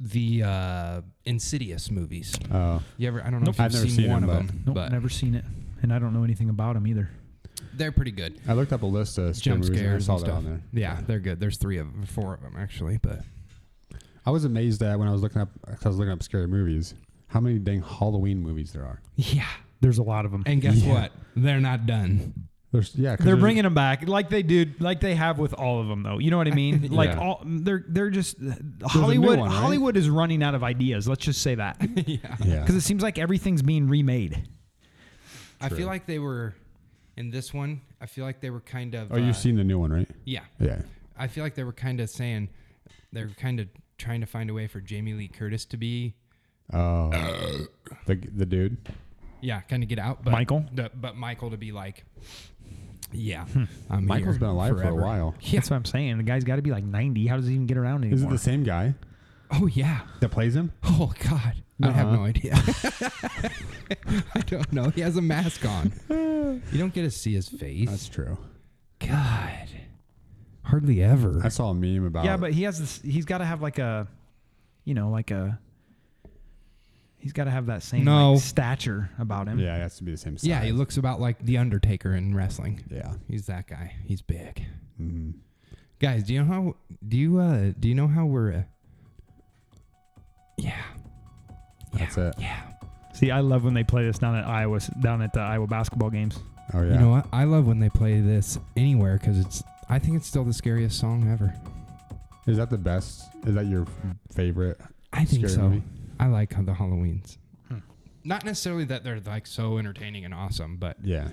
Speaker 6: the uh, Insidious movies.
Speaker 4: Oh,
Speaker 6: You ever? I don't know
Speaker 4: Nope.
Speaker 6: if you've
Speaker 4: I've never
Speaker 6: seen,
Speaker 4: seen
Speaker 6: one
Speaker 4: them,
Speaker 6: of
Speaker 4: but-
Speaker 6: them,
Speaker 7: Nope,
Speaker 6: but
Speaker 7: never seen it, and I don't know anything about him either.
Speaker 6: they're pretty good.
Speaker 4: I looked up a list of scary
Speaker 6: Jump
Speaker 4: movies and I
Speaker 6: scares
Speaker 4: saw
Speaker 6: and
Speaker 4: that
Speaker 6: stuff.
Speaker 4: on there.
Speaker 6: Yeah, they're good. There's three of them, four of them actually. But
Speaker 4: I was amazed at when I was looking up. 'cause I was looking up scary movies. How many dang Halloween movies there are?
Speaker 6: yeah,
Speaker 7: There's a lot of them.
Speaker 6: and guess what? They're not done.
Speaker 4: There's yeah. 'cause
Speaker 7: They're
Speaker 4: there's-
Speaker 7: bringing them back, like they do, like they have with all of them, though. You know what I mean? Like
Speaker 4: Yeah.
Speaker 7: all, they're they're just uh, Hollywood.
Speaker 4: one, right?
Speaker 7: Hollywood is running out of ideas. Let's just say that because
Speaker 4: Yeah.
Speaker 7: it seems like everything's being remade.
Speaker 6: I feel like they were in this one. I feel like they were kind of. uh,
Speaker 4: Oh, you've seen the new one, right?
Speaker 6: Yeah,
Speaker 4: Yeah.
Speaker 6: I feel like they were kind of saying they were kind of trying to find a way for Jamie Lee Curtis to be.
Speaker 4: Oh, the the dude.
Speaker 6: Yeah, kind of get out, but
Speaker 7: Michael?
Speaker 6: the- but Michael to be like, yeah, I'm
Speaker 4: Hmm. Michael's
Speaker 6: here
Speaker 4: been alive for
Speaker 6: forever.
Speaker 4: a while.
Speaker 6: Yeah.
Speaker 7: That's what I'm saying. The guy's got to be like 90. How does he even get around
Speaker 4: Is it
Speaker 7: anymore?
Speaker 4: the same guy
Speaker 6: Oh yeah.
Speaker 4: that plays him?
Speaker 6: Oh God, I have
Speaker 4: Uh-huh.
Speaker 6: no idea. I don't know. He has a mask on. You don't get to see his face.
Speaker 4: That's true.
Speaker 6: God, hardly ever.
Speaker 4: I saw a meme about.
Speaker 7: yeah, but he has this. He's got to have like a, you know, like a. He's got to have that same
Speaker 6: No.
Speaker 7: like, stature about him.
Speaker 4: yeah, it has to be the same. Size.
Speaker 6: yeah, he looks about like the Undertaker in wrestling.
Speaker 4: Yeah.
Speaker 6: He's that guy. He's big.
Speaker 4: Mhm.
Speaker 6: Guys, do you know how? Do you uh? Do you know how we're? Uh, yeah.
Speaker 4: That's
Speaker 6: yeah.
Speaker 4: it.
Speaker 6: Yeah.
Speaker 7: See, I love when they play this down at Iowa, down at the Iowa basketball games.
Speaker 4: Oh yeah.
Speaker 6: You know what? I love when they play this anywhere because it's. I think it's still the scariest song ever.
Speaker 4: Is that the best? Is that your favorite?
Speaker 6: I think
Speaker 4: Scary
Speaker 6: so.
Speaker 4: movie?
Speaker 6: I like the Halloweens. Not necessarily that they're like so entertaining and awesome, but
Speaker 4: Yeah,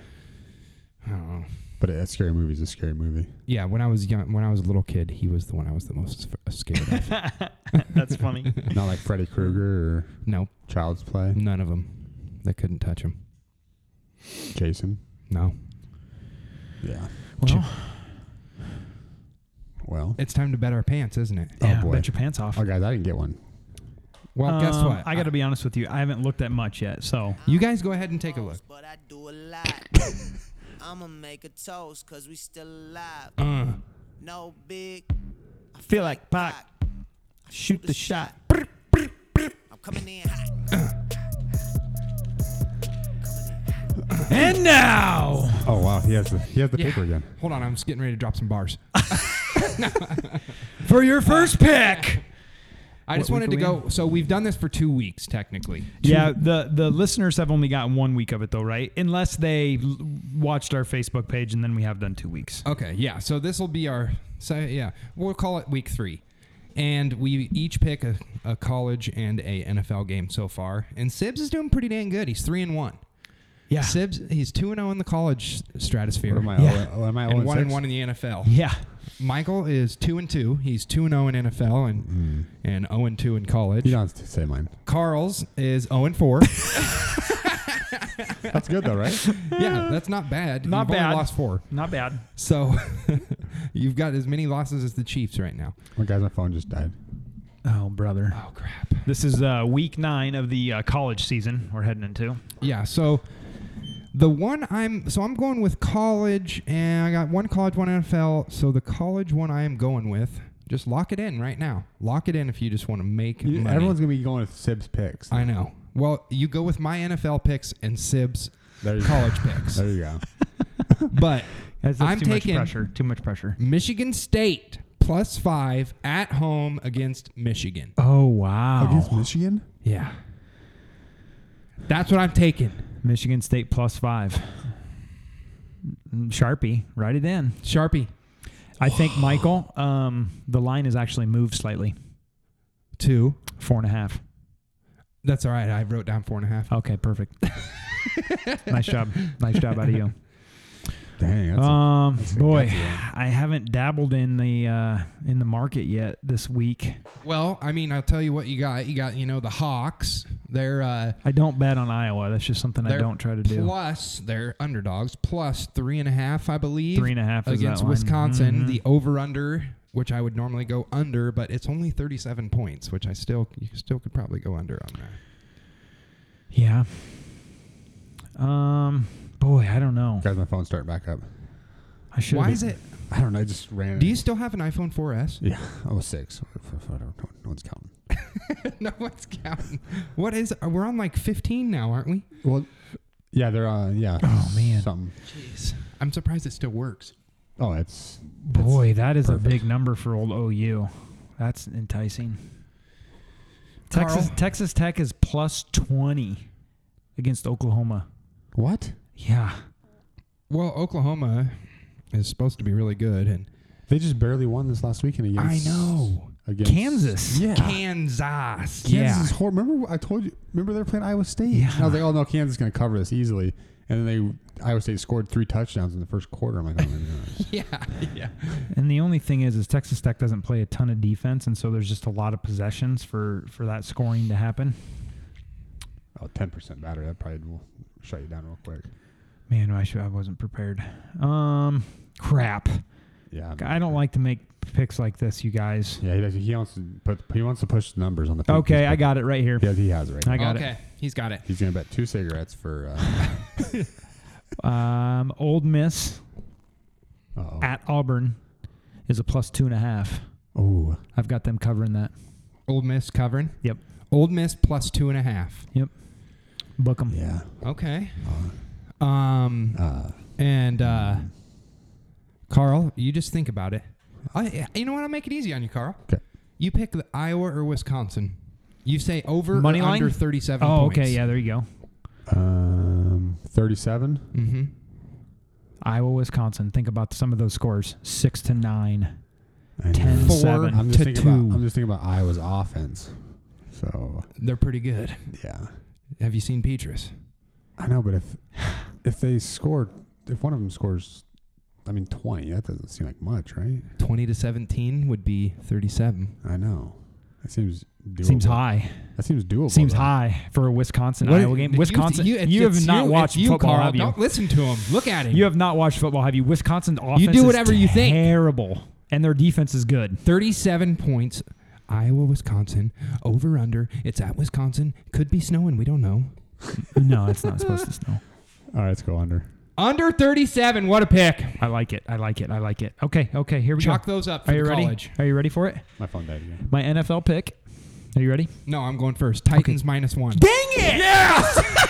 Speaker 6: I don't know.
Speaker 4: but a scary movie is a scary movie.
Speaker 6: Yeah, when I was young, when I was a little kid, he was the one I was the most f- scared of.
Speaker 7: That's funny.
Speaker 4: Not like Freddy Krueger or
Speaker 6: No,
Speaker 4: Child's Play.
Speaker 6: none of them. They couldn't touch him.
Speaker 4: Jason.
Speaker 6: No.
Speaker 4: Yeah.
Speaker 6: Well,
Speaker 4: Well.
Speaker 6: it's time to bet our pants, isn't it?
Speaker 4: Oh,
Speaker 7: yeah,
Speaker 4: boy.
Speaker 7: bet your pants off.
Speaker 4: Oh, guys, I didn't get one.
Speaker 6: Well, guess
Speaker 7: Um,
Speaker 6: what? Uh,
Speaker 7: I got to be honest with you. I haven't looked at much yet. So
Speaker 6: You guys go ahead and take a look.
Speaker 5: But I do a lot. I'ma make a toast, cause we still alive.
Speaker 6: Uh,
Speaker 5: No big. I
Speaker 7: feel like Pac. shoot the shot.
Speaker 5: I'm coming in hot.
Speaker 7: And now,
Speaker 4: Oh wow, he has the he has the paper again.
Speaker 6: hold on, I'm just getting ready to drop some bars.
Speaker 7: for your first pick.
Speaker 6: I just
Speaker 7: What
Speaker 6: wanted to
Speaker 7: week are we
Speaker 6: go. So we've done this for two weeks, technically.
Speaker 7: Yeah, the the listeners have only gotten one week of it though, right? Unless they l- watched our Facebook page, and then we have done two weeks.
Speaker 6: Okay, yeah. So this will be our so yeah, we'll call it week three, and we each pick a, a college and a NFL game so far. And Sibs is doing pretty dang good. He's three and one.
Speaker 7: Yeah,
Speaker 6: Sibs, he's two and zero in the college stratosphere.
Speaker 4: What am I?
Speaker 7: Yeah.
Speaker 4: Oh, am I?
Speaker 6: and one and
Speaker 4: six?
Speaker 6: one in the NFL.
Speaker 7: yeah.
Speaker 6: Michael is two and two. He's two and zero in NFL and
Speaker 4: Hmm.
Speaker 6: and zero and two in college.
Speaker 4: You don't have to say mine.
Speaker 6: Carl's is zero and four.
Speaker 4: That's good though, right?
Speaker 6: yeah, that's not bad.
Speaker 7: Not
Speaker 6: You've only
Speaker 7: bad.
Speaker 6: lost four.
Speaker 7: Not bad.
Speaker 6: So you've got as many losses as the Chiefs right now.
Speaker 4: Oh, guys, my phone just died.
Speaker 7: Oh, brother.
Speaker 6: Oh crap.
Speaker 7: This is uh, week nine of the uh, college season we're heading into.
Speaker 6: Yeah. So the one I'm so I'm going with college, and I got one college, one NFL. So the college one I am going with. Just lock it in right now. Lock it in if you just want to make
Speaker 4: You-
Speaker 6: money.
Speaker 4: everyone's gonna be going with Sib's picks.
Speaker 6: I know. Well, you go with my NFL picks and Sib's
Speaker 4: There you
Speaker 6: college
Speaker 4: go.
Speaker 6: picks,
Speaker 4: There you go.
Speaker 6: but
Speaker 7: That's, that's
Speaker 6: I'm
Speaker 7: too
Speaker 6: taking
Speaker 7: much pressure. Too much pressure.
Speaker 6: Michigan State plus five at home against Michigan.
Speaker 7: Oh wow.
Speaker 4: Against Michigan?
Speaker 6: Yeah, that's what I'm taking.
Speaker 7: Michigan State plus five. Sharpie, write it in.
Speaker 6: Sharpie
Speaker 7: I think Michael, um, the line has actually moved slightly,
Speaker 6: two.
Speaker 7: four and a half.
Speaker 6: That's all right. I wrote down four and a half.
Speaker 7: Okay, perfect. nice job, nice job out of you.
Speaker 4: Dang. That's a-
Speaker 7: Um, boy,
Speaker 4: that's a-
Speaker 7: I haven't dabbled in the uh, in the market yet this week.
Speaker 6: Well, I mean, I'll tell you what you got. You got, you know, the Hawks. They're uh
Speaker 7: I don't bet on Iowa. That's just something I
Speaker 6: they're
Speaker 7: don't try to do.
Speaker 6: Plus, they're underdogs. Plus three and a half, I believe.
Speaker 7: Three and a half is that
Speaker 6: against
Speaker 7: line.
Speaker 6: Wisconsin.
Speaker 7: Mhm.
Speaker 6: The over under, which I would normally go under, but it's only thirty seven points, which I still you still could probably go under on that.
Speaker 7: Yeah. Um, boy, I don't know.
Speaker 4: guys, my phone's starting back up.
Speaker 7: I should.
Speaker 6: Why is it?
Speaker 4: I don't know. I just ran.
Speaker 6: Do you still have an iPhone 4S?
Speaker 4: Yeah. I was six. I don't know. No one's counting.
Speaker 6: no one's counting. What is? We're on like fifteen now, aren't we?
Speaker 4: Well, yeah, they're on. Yeah.
Speaker 7: Oh, man.
Speaker 4: Something.
Speaker 6: Jeez, I'm surprised it still works.
Speaker 4: Oh, it's
Speaker 7: Boy, that is a
Speaker 4: perfect.
Speaker 7: big number for old OU. That's enticing. Texas
Speaker 6: Carl?
Speaker 7: Texas Tech is plus 20 against Oklahoma.
Speaker 4: what?
Speaker 7: Yeah.
Speaker 6: Well, Oklahoma is supposed to be really good, and
Speaker 4: They just barely won this last weekend against.
Speaker 6: I know.
Speaker 4: Against
Speaker 7: Kansas.
Speaker 4: Yeah.
Speaker 6: Kansas.
Speaker 4: Kansas
Speaker 6: Yeah.
Speaker 4: is horrible. Remember, I told you. Remember, they're playing Iowa State.
Speaker 7: Yeah.
Speaker 4: And I was like, oh no, Kansas is going to cover this easily. And then they Iowa State scored three touchdowns in the first quarter. I'm like, oh, man,
Speaker 6: Yeah. Yeah.
Speaker 7: And the only thing is is Texas Tech doesn't play a ton of defense and so there's just a lot of possessions for for that scoring to happen.
Speaker 4: oh, 10 percent battery. That probably will shut you down real quick.
Speaker 7: Man, I should, I wasn't prepared. Um crap.
Speaker 4: Yeah.
Speaker 7: I don't like to make picks like this, you guys.
Speaker 4: Yeah, he, does- he wants to put. He wants to push the numbers on the.
Speaker 7: Okay, I got it right here.
Speaker 4: Yeah, he has it right.
Speaker 7: I
Speaker 4: now.
Speaker 7: got
Speaker 6: okay. He's got it.
Speaker 4: He's going to bet two cigarettes for. Uh,
Speaker 7: it. Um Old Miss
Speaker 4: oh.
Speaker 7: at Auburn is a plus two and a half.
Speaker 4: Oh.
Speaker 7: I've got them covering that.
Speaker 6: Old Miss covering.
Speaker 7: Yep.
Speaker 6: Old Miss plus two and a half.
Speaker 7: Yep. Book them.
Speaker 4: Yeah.
Speaker 6: Okay. Um
Speaker 4: Uh,
Speaker 6: and uh Carl, you just think about it. I you know what? I'll make it easy on you, Carl.
Speaker 4: 'Kay.
Speaker 6: You pick the Iowa or Wisconsin. You say over
Speaker 7: Money
Speaker 6: or
Speaker 7: line?
Speaker 6: under thirty seven
Speaker 7: Oh, okay. Yeah, there you go.
Speaker 4: um, thirty-seven.
Speaker 6: Mm-hmm.
Speaker 7: Iowa, Wisconsin. Think about some of those scores: six to nine,
Speaker 4: I
Speaker 7: ten
Speaker 4: know.
Speaker 7: to
Speaker 6: Four.
Speaker 7: seven.
Speaker 4: I'm just
Speaker 6: to
Speaker 4: thinking about.
Speaker 6: two.
Speaker 4: I'm just thinking about Iowa's offense. So
Speaker 6: They're pretty good.
Speaker 4: yeah,
Speaker 6: Have you seen Petrus?
Speaker 4: I know, but if if they scored, if one of them scores, I mean, twenty, that doesn't seem like much, right?
Speaker 6: 20 to 17 would be 37.
Speaker 4: I know. That seems doable.
Speaker 7: Seems high.
Speaker 4: That seems doable.
Speaker 7: Seems
Speaker 4: though.
Speaker 7: high for a Wisconsin Iowa game.
Speaker 6: You-
Speaker 7: Wisconsin, you,
Speaker 6: it-
Speaker 7: have
Speaker 6: it's
Speaker 7: not
Speaker 6: you,
Speaker 7: watched
Speaker 6: it's you,
Speaker 7: football,
Speaker 6: Carl.
Speaker 7: have you?
Speaker 6: Don't listen to him. Look at him.
Speaker 7: You have not watched football, have you? Wisconsin's offense.
Speaker 6: do
Speaker 7: is
Speaker 6: whatever you think.
Speaker 7: Terrible, and their defense is good.
Speaker 6: 37 points. Iowa, Wisconsin, over under. It's at Wisconsin. Could be snowing. We don't know.
Speaker 7: No, it's not supposed to snow.
Speaker 4: All right, let's go under.
Speaker 6: Under 37. What a pick.
Speaker 7: I like it. I like it. I like it. Okay. Okay. Here we
Speaker 6: Chalk
Speaker 7: go.
Speaker 6: those up for
Speaker 7: Are you
Speaker 6: the
Speaker 7: ready?
Speaker 6: college.
Speaker 7: Are you ready for it?
Speaker 4: My phone died again.
Speaker 7: My NFL pick. Are you ready?
Speaker 6: No, I'm going first. Titans minus one.
Speaker 7: Dang it! Yeah.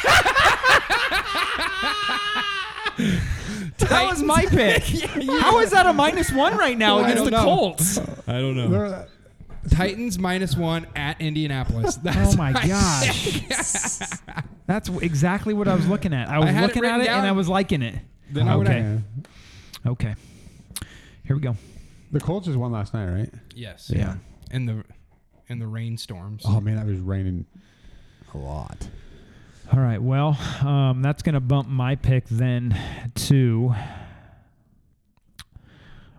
Speaker 7: that was my pick. How is that a minus one right now
Speaker 6: Well, I
Speaker 7: against
Speaker 6: don't
Speaker 7: the
Speaker 6: know.
Speaker 7: Colts?
Speaker 6: I don't know. Titans minus one at Indianapolis. That's
Speaker 7: Oh my gosh. That's w- exactly what I was looking at. I was
Speaker 6: had it
Speaker 7: looking at
Speaker 6: written
Speaker 7: it
Speaker 6: down.
Speaker 7: and I was liking it.
Speaker 6: Then I would've-
Speaker 7: okay. Okay. Here we go.
Speaker 4: The Colts just won last night, right?
Speaker 6: Yes.
Speaker 7: Yeah.
Speaker 6: And the and the rainstorms.
Speaker 4: Oh man, that was raining a lot.
Speaker 7: All right. Well, um, that's going to bump my pick then to.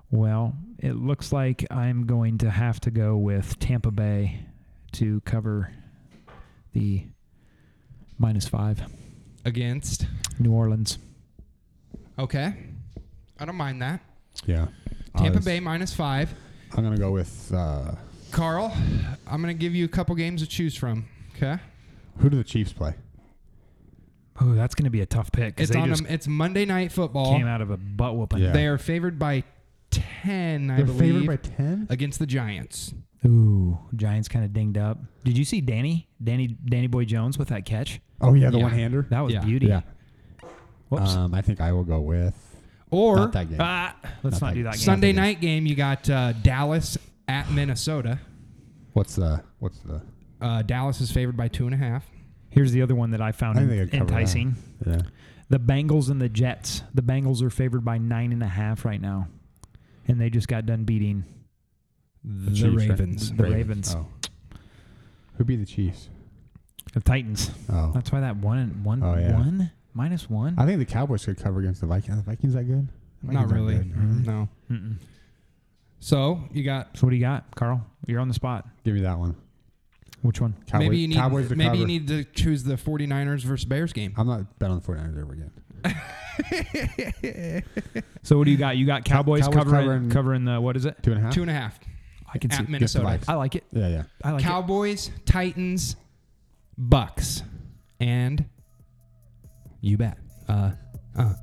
Speaker 7: Well, it looks like I'm going to have to go with Tampa Bay to cover the minus five.
Speaker 6: Against.
Speaker 7: New Orleans.
Speaker 6: Okay. I don't mind that.
Speaker 4: Yeah.
Speaker 6: Tampa
Speaker 4: Uh,
Speaker 6: Bay minus five.
Speaker 4: I'm gonna go with uh,
Speaker 6: Carl, I'm gonna give you a couple games to choose from. Okay.
Speaker 4: who do the Chiefs play?
Speaker 7: Oh, that's going to be a tough pick because
Speaker 6: It's
Speaker 7: they
Speaker 6: on.
Speaker 7: just
Speaker 6: a, it's Monday night football.
Speaker 7: came out of a butt whooping.
Speaker 4: Yeah.
Speaker 6: They are favored by ten. I
Speaker 4: They're
Speaker 6: believe
Speaker 4: favored by ten.
Speaker 6: against the Giants.
Speaker 7: Ooh, Giants kind of dinged up. Did you see Danny, Danny, Danny Boy Jones with that catch?
Speaker 4: Oh yeah, the
Speaker 6: Yeah.
Speaker 4: one-hander.
Speaker 7: That was
Speaker 6: Yeah.
Speaker 7: beauty.
Speaker 4: yeah.
Speaker 7: Whoops.
Speaker 4: Um, I think I will go with
Speaker 6: Or
Speaker 4: not that game.
Speaker 7: Ah, let's not,
Speaker 4: Not
Speaker 7: do
Speaker 4: that
Speaker 7: that. Game.
Speaker 6: Sunday night game, you got uh, Dallas at Minnesota.
Speaker 4: what's the what's the?
Speaker 6: Uh, Dallas is favored by two and a half.
Speaker 7: Here's the other one that I found
Speaker 4: I think they could cover that.
Speaker 7: enticing:
Speaker 4: Yeah.
Speaker 7: the Bengals and the Jets. The Bengals are favored by nine and a half right now, and they just got done beating
Speaker 6: The,
Speaker 4: Chiefs, right?
Speaker 6: Ravens.
Speaker 7: The Ravens.
Speaker 4: Oh. Who be the Chiefs?
Speaker 7: the Titans.
Speaker 4: Oh.
Speaker 7: That's why that one, one,
Speaker 4: Oh, yeah.
Speaker 7: one minus one.
Speaker 4: I think the Cowboys could cover against the Vikings. Are the Vikings that good? The
Speaker 6: Not
Speaker 4: Vikings aren't
Speaker 6: really.
Speaker 4: good, Mm-hmm. right?
Speaker 6: No.
Speaker 7: Mm-mm.
Speaker 6: So you got
Speaker 7: So what do you got, Carl? You're on the spot.
Speaker 4: Give me that one.
Speaker 7: Which one?
Speaker 4: Cowboys,
Speaker 6: maybe you need
Speaker 4: Cowboys to
Speaker 6: maybe
Speaker 4: cover.
Speaker 6: you need to choose the 49ers versus Bears game.
Speaker 4: I'm not betting on the 49ers ever again.
Speaker 7: So what do you got? You got Cowboys,
Speaker 4: Cowboys
Speaker 7: covering,
Speaker 4: covering-
Speaker 7: covering the what is it?
Speaker 4: Two and a half.
Speaker 6: Two and a half.
Speaker 7: I can
Speaker 6: at
Speaker 7: see.
Speaker 4: Just the
Speaker 6: Minnesota.
Speaker 4: Vikes.
Speaker 7: I like it.
Speaker 4: yeah, yeah.
Speaker 7: I like it.
Speaker 6: Cowboys, Titans, Bucks, and you bet. Uh, uh.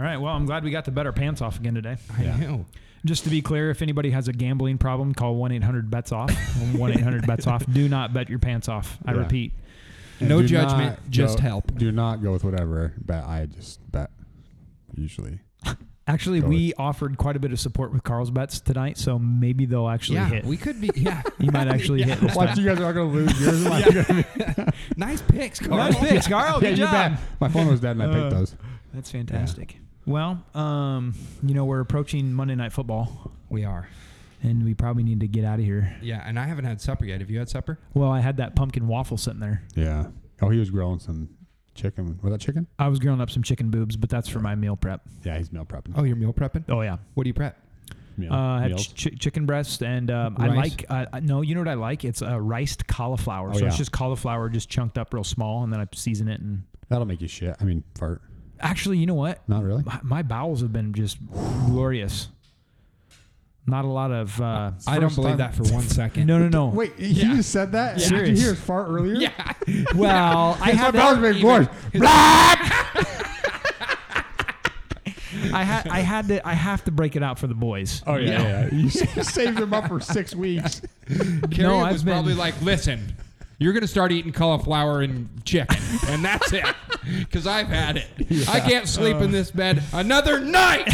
Speaker 7: All right. Well, I'm glad we got the better pants off again today.
Speaker 6: I know.
Speaker 7: Just to be clear, if anybody has a gambling problem, call 1 800 bets off. 1 800 bets off. Do not bet your pants off. I
Speaker 4: Yeah.
Speaker 7: repeat.
Speaker 4: And
Speaker 6: No
Speaker 4: do
Speaker 6: judgment,
Speaker 4: not
Speaker 6: just
Speaker 4: go-
Speaker 6: help.
Speaker 4: Do not go with whatever bet I just bet. Usually,
Speaker 7: Actually,
Speaker 4: Go
Speaker 7: we offered quite a bit of support with Carl's bets tonight, so maybe they'll actually
Speaker 6: Yeah,
Speaker 7: hit.
Speaker 6: we could be. Yeah,
Speaker 7: you might actually hit this
Speaker 4: watch
Speaker 7: time.
Speaker 4: you guys are gonna lose yours. My,
Speaker 6: nice picks, Carl.
Speaker 7: Nice picks, Carl. Good job.
Speaker 4: my phone was dead and I
Speaker 6: Uh.
Speaker 4: picked those.
Speaker 7: That's fantastic. Well, um, you know, we're approaching Monday Night Football,
Speaker 6: We are.
Speaker 7: and we probably need to get out of here.
Speaker 6: Yeah, and I haven't had supper yet. Have you had supper?
Speaker 7: Well, I had that pumpkin waffle sitting there.
Speaker 4: Yeah. Oh, he was growing some chicken. Was that chicken?
Speaker 7: I was grilling up some chicken boobs, but that's for my meal prep.
Speaker 4: Yeah, he's meal prepping.
Speaker 6: Oh, you're meal prepping.
Speaker 7: Oh, yeah.
Speaker 6: What do you prep?
Speaker 4: meal.
Speaker 7: Uh, I had
Speaker 4: meals.
Speaker 7: ch- ch- chicken breast, and um, I
Speaker 6: Rice.
Speaker 7: like. Uh, no, you know what I like? It's uh, riced cauliflower.
Speaker 4: Oh,
Speaker 7: so it's
Speaker 4: yeah.
Speaker 7: just cauliflower, just chunked up real small, and then I season it. And
Speaker 4: That'll make you shit. I mean, fart.
Speaker 7: actually, you know what?
Speaker 4: Not really.
Speaker 7: My, my bowels have been just glorious. Not a lot of. Uh,
Speaker 6: I don't believe that for one second.
Speaker 7: no, no, no.
Speaker 4: Wait, he
Speaker 6: Yeah.
Speaker 4: just said that.
Speaker 7: Yeah.
Speaker 4: Did you
Speaker 7: Serious.
Speaker 4: hear his fart earlier?
Speaker 6: Yeah.
Speaker 7: Well,
Speaker 4: My
Speaker 7: I had
Speaker 4: bowels
Speaker 7: that,
Speaker 4: made voice.
Speaker 7: I had I had to I have to break it out for the boys.
Speaker 4: Oh yeah, yeah. You saved him up for six weeks.
Speaker 6: Carrie
Speaker 7: No,
Speaker 6: was
Speaker 7: I've been-
Speaker 6: probably like, "Listen, you're gonna start eating cauliflower and chicken, and that's it, because I've had it. I can't sleep in this bed another night."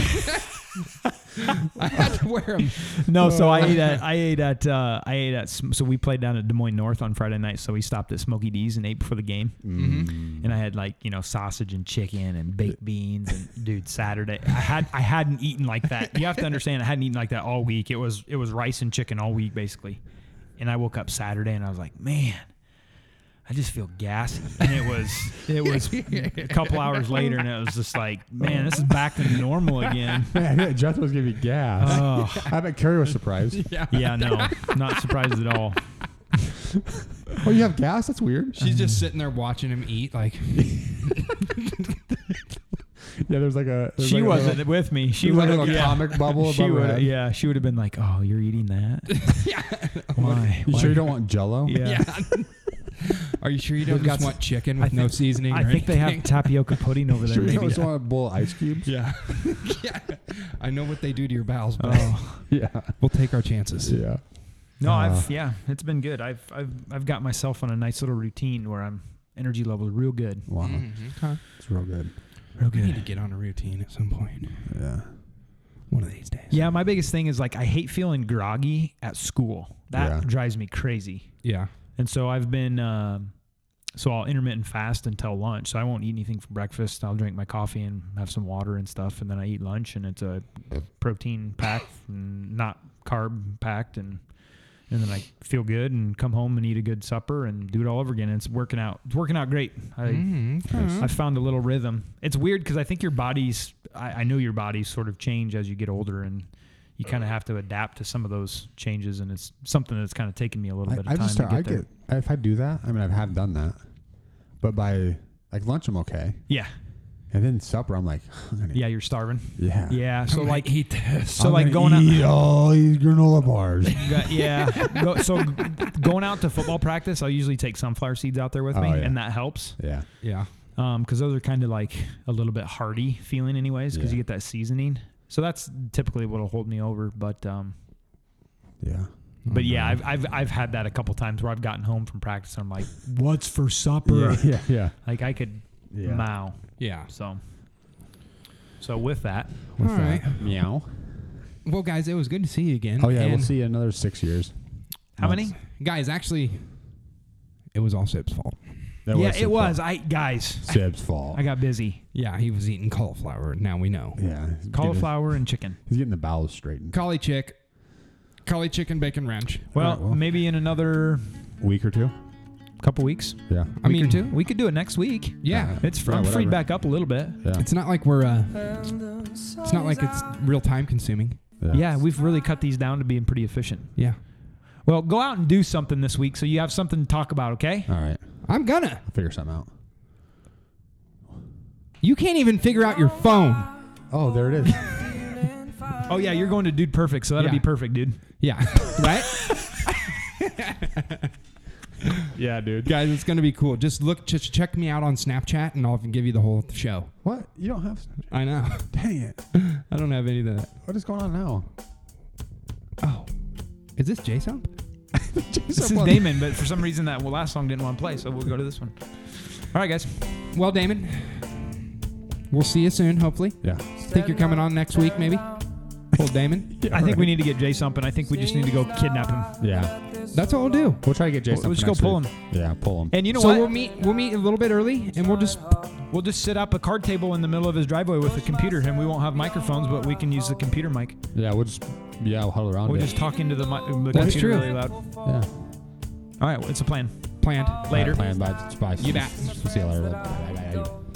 Speaker 6: I had to wear them.
Speaker 7: No, so I ate at I ate at uh, I ate at so we played down at Des Moines North on Friday night. So we stopped at Smoky D's and ate before the game. Mm-hmm. And I had like you know sausage and chicken and baked beans and dude Saturday I had I hadn't eaten like that. You have to understand I hadn't eaten like that all week. It was it was rice and chicken all week basically, And I woke up Saturday and I was like, man, I just feel gassy. And it was it was a couple hours later and it was just like, man, this is back to normal again.
Speaker 4: Man, Jethro was giving me gas.
Speaker 7: Oh
Speaker 4: I bet Kerry was surprised.
Speaker 7: yeah, no, not surprised at all.
Speaker 4: Oh, you have gas? That's weird. Um,
Speaker 6: She's
Speaker 7: Um,
Speaker 6: just sitting there watching him eat. Like,
Speaker 4: Yeah, there's like a. there's
Speaker 7: She
Speaker 4: like a
Speaker 7: wasn't
Speaker 4: little-
Speaker 7: with me. She
Speaker 4: there's like
Speaker 7: would
Speaker 4: a
Speaker 7: have
Speaker 4: little comic bubble
Speaker 7: She
Speaker 4: above her
Speaker 7: would
Speaker 4: head.
Speaker 7: yeah, she would have been like, "Oh, you're eating that? Why?
Speaker 4: You
Speaker 7: Why-
Speaker 4: sure you don't want Jello?
Speaker 7: Yeah.
Speaker 6: yeah. Are you sure you don't
Speaker 7: They've got
Speaker 6: just
Speaker 7: some-
Speaker 6: want chicken
Speaker 7: I
Speaker 6: with no
Speaker 7: think-
Speaker 6: seasoning?
Speaker 7: I
Speaker 6: or
Speaker 7: think they have
Speaker 6: anything?
Speaker 7: tapioca pudding over there.
Speaker 4: Sure you don't
Speaker 7: maybe.
Speaker 4: just want a bowl of ice cubes?
Speaker 6: Yeah. yeah. I know what they do to your bowels, but
Speaker 7: Oh
Speaker 4: Yeah.
Speaker 6: we'll take our chances.
Speaker 4: Yeah.
Speaker 7: no, I've
Speaker 4: Uh.
Speaker 7: yeah, it's been good. I've I've I've got myself on a nice little routine where I'm energy level real good,
Speaker 4: Wow.
Speaker 6: Mm, okay.
Speaker 4: It's real good.
Speaker 7: real
Speaker 6: We need to
Speaker 7: good.
Speaker 6: get on a routine at some point.
Speaker 4: Yeah.
Speaker 6: One of these days.
Speaker 7: Yeah, my biggest thing is like I hate feeling groggy at school. That
Speaker 4: Yeah.
Speaker 7: drives me crazy.
Speaker 6: Yeah.
Speaker 7: And so I've been, um, so I'll intermittent fast until lunch. So I won't eat anything for breakfast. I'll drink my coffee and have some water and stuff. And then I eat lunch and it's a protein packed and not carb packed. And, and then I feel good and come home and eat a good supper and do it all over again. And it's working out. It's working out great. I,
Speaker 6: Mm, okay.
Speaker 7: I found a little rhythm. It's weird because I think your body's, I, I know your bodies sort of change as you get older and you kind of have to adapt to some of those changes. And it's something that's kind of taken me a little
Speaker 4: I,
Speaker 7: bit of
Speaker 4: I
Speaker 7: time
Speaker 4: just
Speaker 7: to get
Speaker 4: I
Speaker 7: there.
Speaker 4: get if I do that. I mean, I have done that, but by like lunch, I'm okay,
Speaker 7: yeah.
Speaker 4: and then supper, I'm like, I'm gonna-
Speaker 7: Yeah, you're starving.
Speaker 4: yeah,
Speaker 7: Yeah.
Speaker 6: I'm
Speaker 7: So
Speaker 6: gonna
Speaker 7: like,
Speaker 6: eat this.
Speaker 7: so
Speaker 4: I'm
Speaker 7: like
Speaker 4: gonna
Speaker 7: going out.
Speaker 4: eat all these granola bars.
Speaker 7: Go- yeah. Go, so g- going out to football practice, I'll usually take sunflower seeds out there with me,
Speaker 4: Oh, yeah.
Speaker 7: and that helps
Speaker 4: yeah,
Speaker 6: Yeah.
Speaker 7: because those are kind of like a little bit hearty feeling, anyways, because
Speaker 4: Yeah.
Speaker 7: you get that seasoning. So that's typically what'll hold me over. But um,
Speaker 4: yeah.
Speaker 7: but yeah, I've, I've I've had that a couple times where I've gotten home from practice and I'm like, what's for supper?
Speaker 4: Yeah, yeah, yeah.
Speaker 7: Like I could
Speaker 4: Yeah.
Speaker 7: mow.
Speaker 6: Yeah.
Speaker 7: So so with that,
Speaker 4: What's
Speaker 6: All
Speaker 4: that?
Speaker 6: right.
Speaker 4: Meow.
Speaker 6: Well, guys, it was good to see you again.
Speaker 4: Oh yeah, we'll
Speaker 6: And
Speaker 4: see you in another six years.
Speaker 7: how many?
Speaker 6: Guys, actually, it was all Sip's fault.
Speaker 4: That
Speaker 7: yeah,
Speaker 4: Sib's
Speaker 7: it was.
Speaker 4: fault.
Speaker 7: I guys,
Speaker 4: Sib's fault.
Speaker 7: I got busy.
Speaker 6: Yeah, he was eating cauliflower. Now we know.
Speaker 4: yeah, he's getting
Speaker 7: cauliflower and chicken.
Speaker 4: His, he's getting the bowels straightened.
Speaker 6: Collie chick. Collie chicken bacon ranch.
Speaker 7: Well,
Speaker 4: right, well.
Speaker 7: maybe in another
Speaker 4: Week or two.
Speaker 7: couple weeks.
Speaker 4: Yeah.
Speaker 6: I mean,
Speaker 7: Two. We could do it next week.
Speaker 6: yeah.
Speaker 7: It's fr-
Speaker 4: Yeah,
Speaker 7: I'm freed
Speaker 4: whatever.
Speaker 7: back up a little bit.
Speaker 4: Yeah.
Speaker 6: It's not like we're uh It's not like it's real time consuming.
Speaker 7: Yeah, we've really cut these down to being pretty efficient.
Speaker 6: Yeah.
Speaker 7: Well, go out and do something this week so you have something to talk about, okay?
Speaker 4: All right.
Speaker 6: I'm gonna.
Speaker 4: I'll figure something out.
Speaker 6: You can't even figure out your phone.
Speaker 4: Oh, there it is.
Speaker 7: Oh yeah, you're going to Dude Perfect, so that'll
Speaker 6: Yeah.
Speaker 7: be perfect, dude.
Speaker 6: Yeah. right?
Speaker 4: yeah, dude.
Speaker 6: Guys, it's gonna be cool. Just look just check me out on Snapchat and I'll give you the whole show.
Speaker 4: What? You don't have?
Speaker 6: I know.
Speaker 4: Dang it.
Speaker 6: I don't have any of that.
Speaker 4: What is going on now?
Speaker 6: Oh. Is this Jason?
Speaker 7: This is Damon, but for some reason that last song didn't want to play, so we'll go to this one. All right, guys.
Speaker 6: Well, Damon. We'll see you soon, hopefully.
Speaker 4: Yeah.
Speaker 6: Think you're coming on next week, maybe? Old Damon.
Speaker 7: I think we need to get Jay something. I think we just need to go kidnap him.
Speaker 4: Yeah.
Speaker 6: That's what we'll do.
Speaker 4: We'll try to get Jason.
Speaker 7: We'll just
Speaker 4: for
Speaker 7: go
Speaker 4: next
Speaker 7: pull
Speaker 4: week. Yeah, pull him.
Speaker 7: And you know
Speaker 6: so
Speaker 7: what?
Speaker 6: we'll meet we'll meet a little bit early and we'll just
Speaker 7: We'll just set up a card table in the middle of his driveway with a computer, and we won't have microphones, but we can use the computer mic.
Speaker 4: yeah, we'll just yeah, we'll huddle around.
Speaker 7: We'll
Speaker 4: it.
Speaker 7: just talk into the, mi- the
Speaker 6: That's
Speaker 7: computer
Speaker 6: true.
Speaker 7: really loud. All
Speaker 4: yeah.
Speaker 7: right, well, it's a plan.
Speaker 6: planned.
Speaker 7: Later.
Speaker 4: Plan by, by
Speaker 6: You bet.
Speaker 4: See you later. Bye, bye, bye.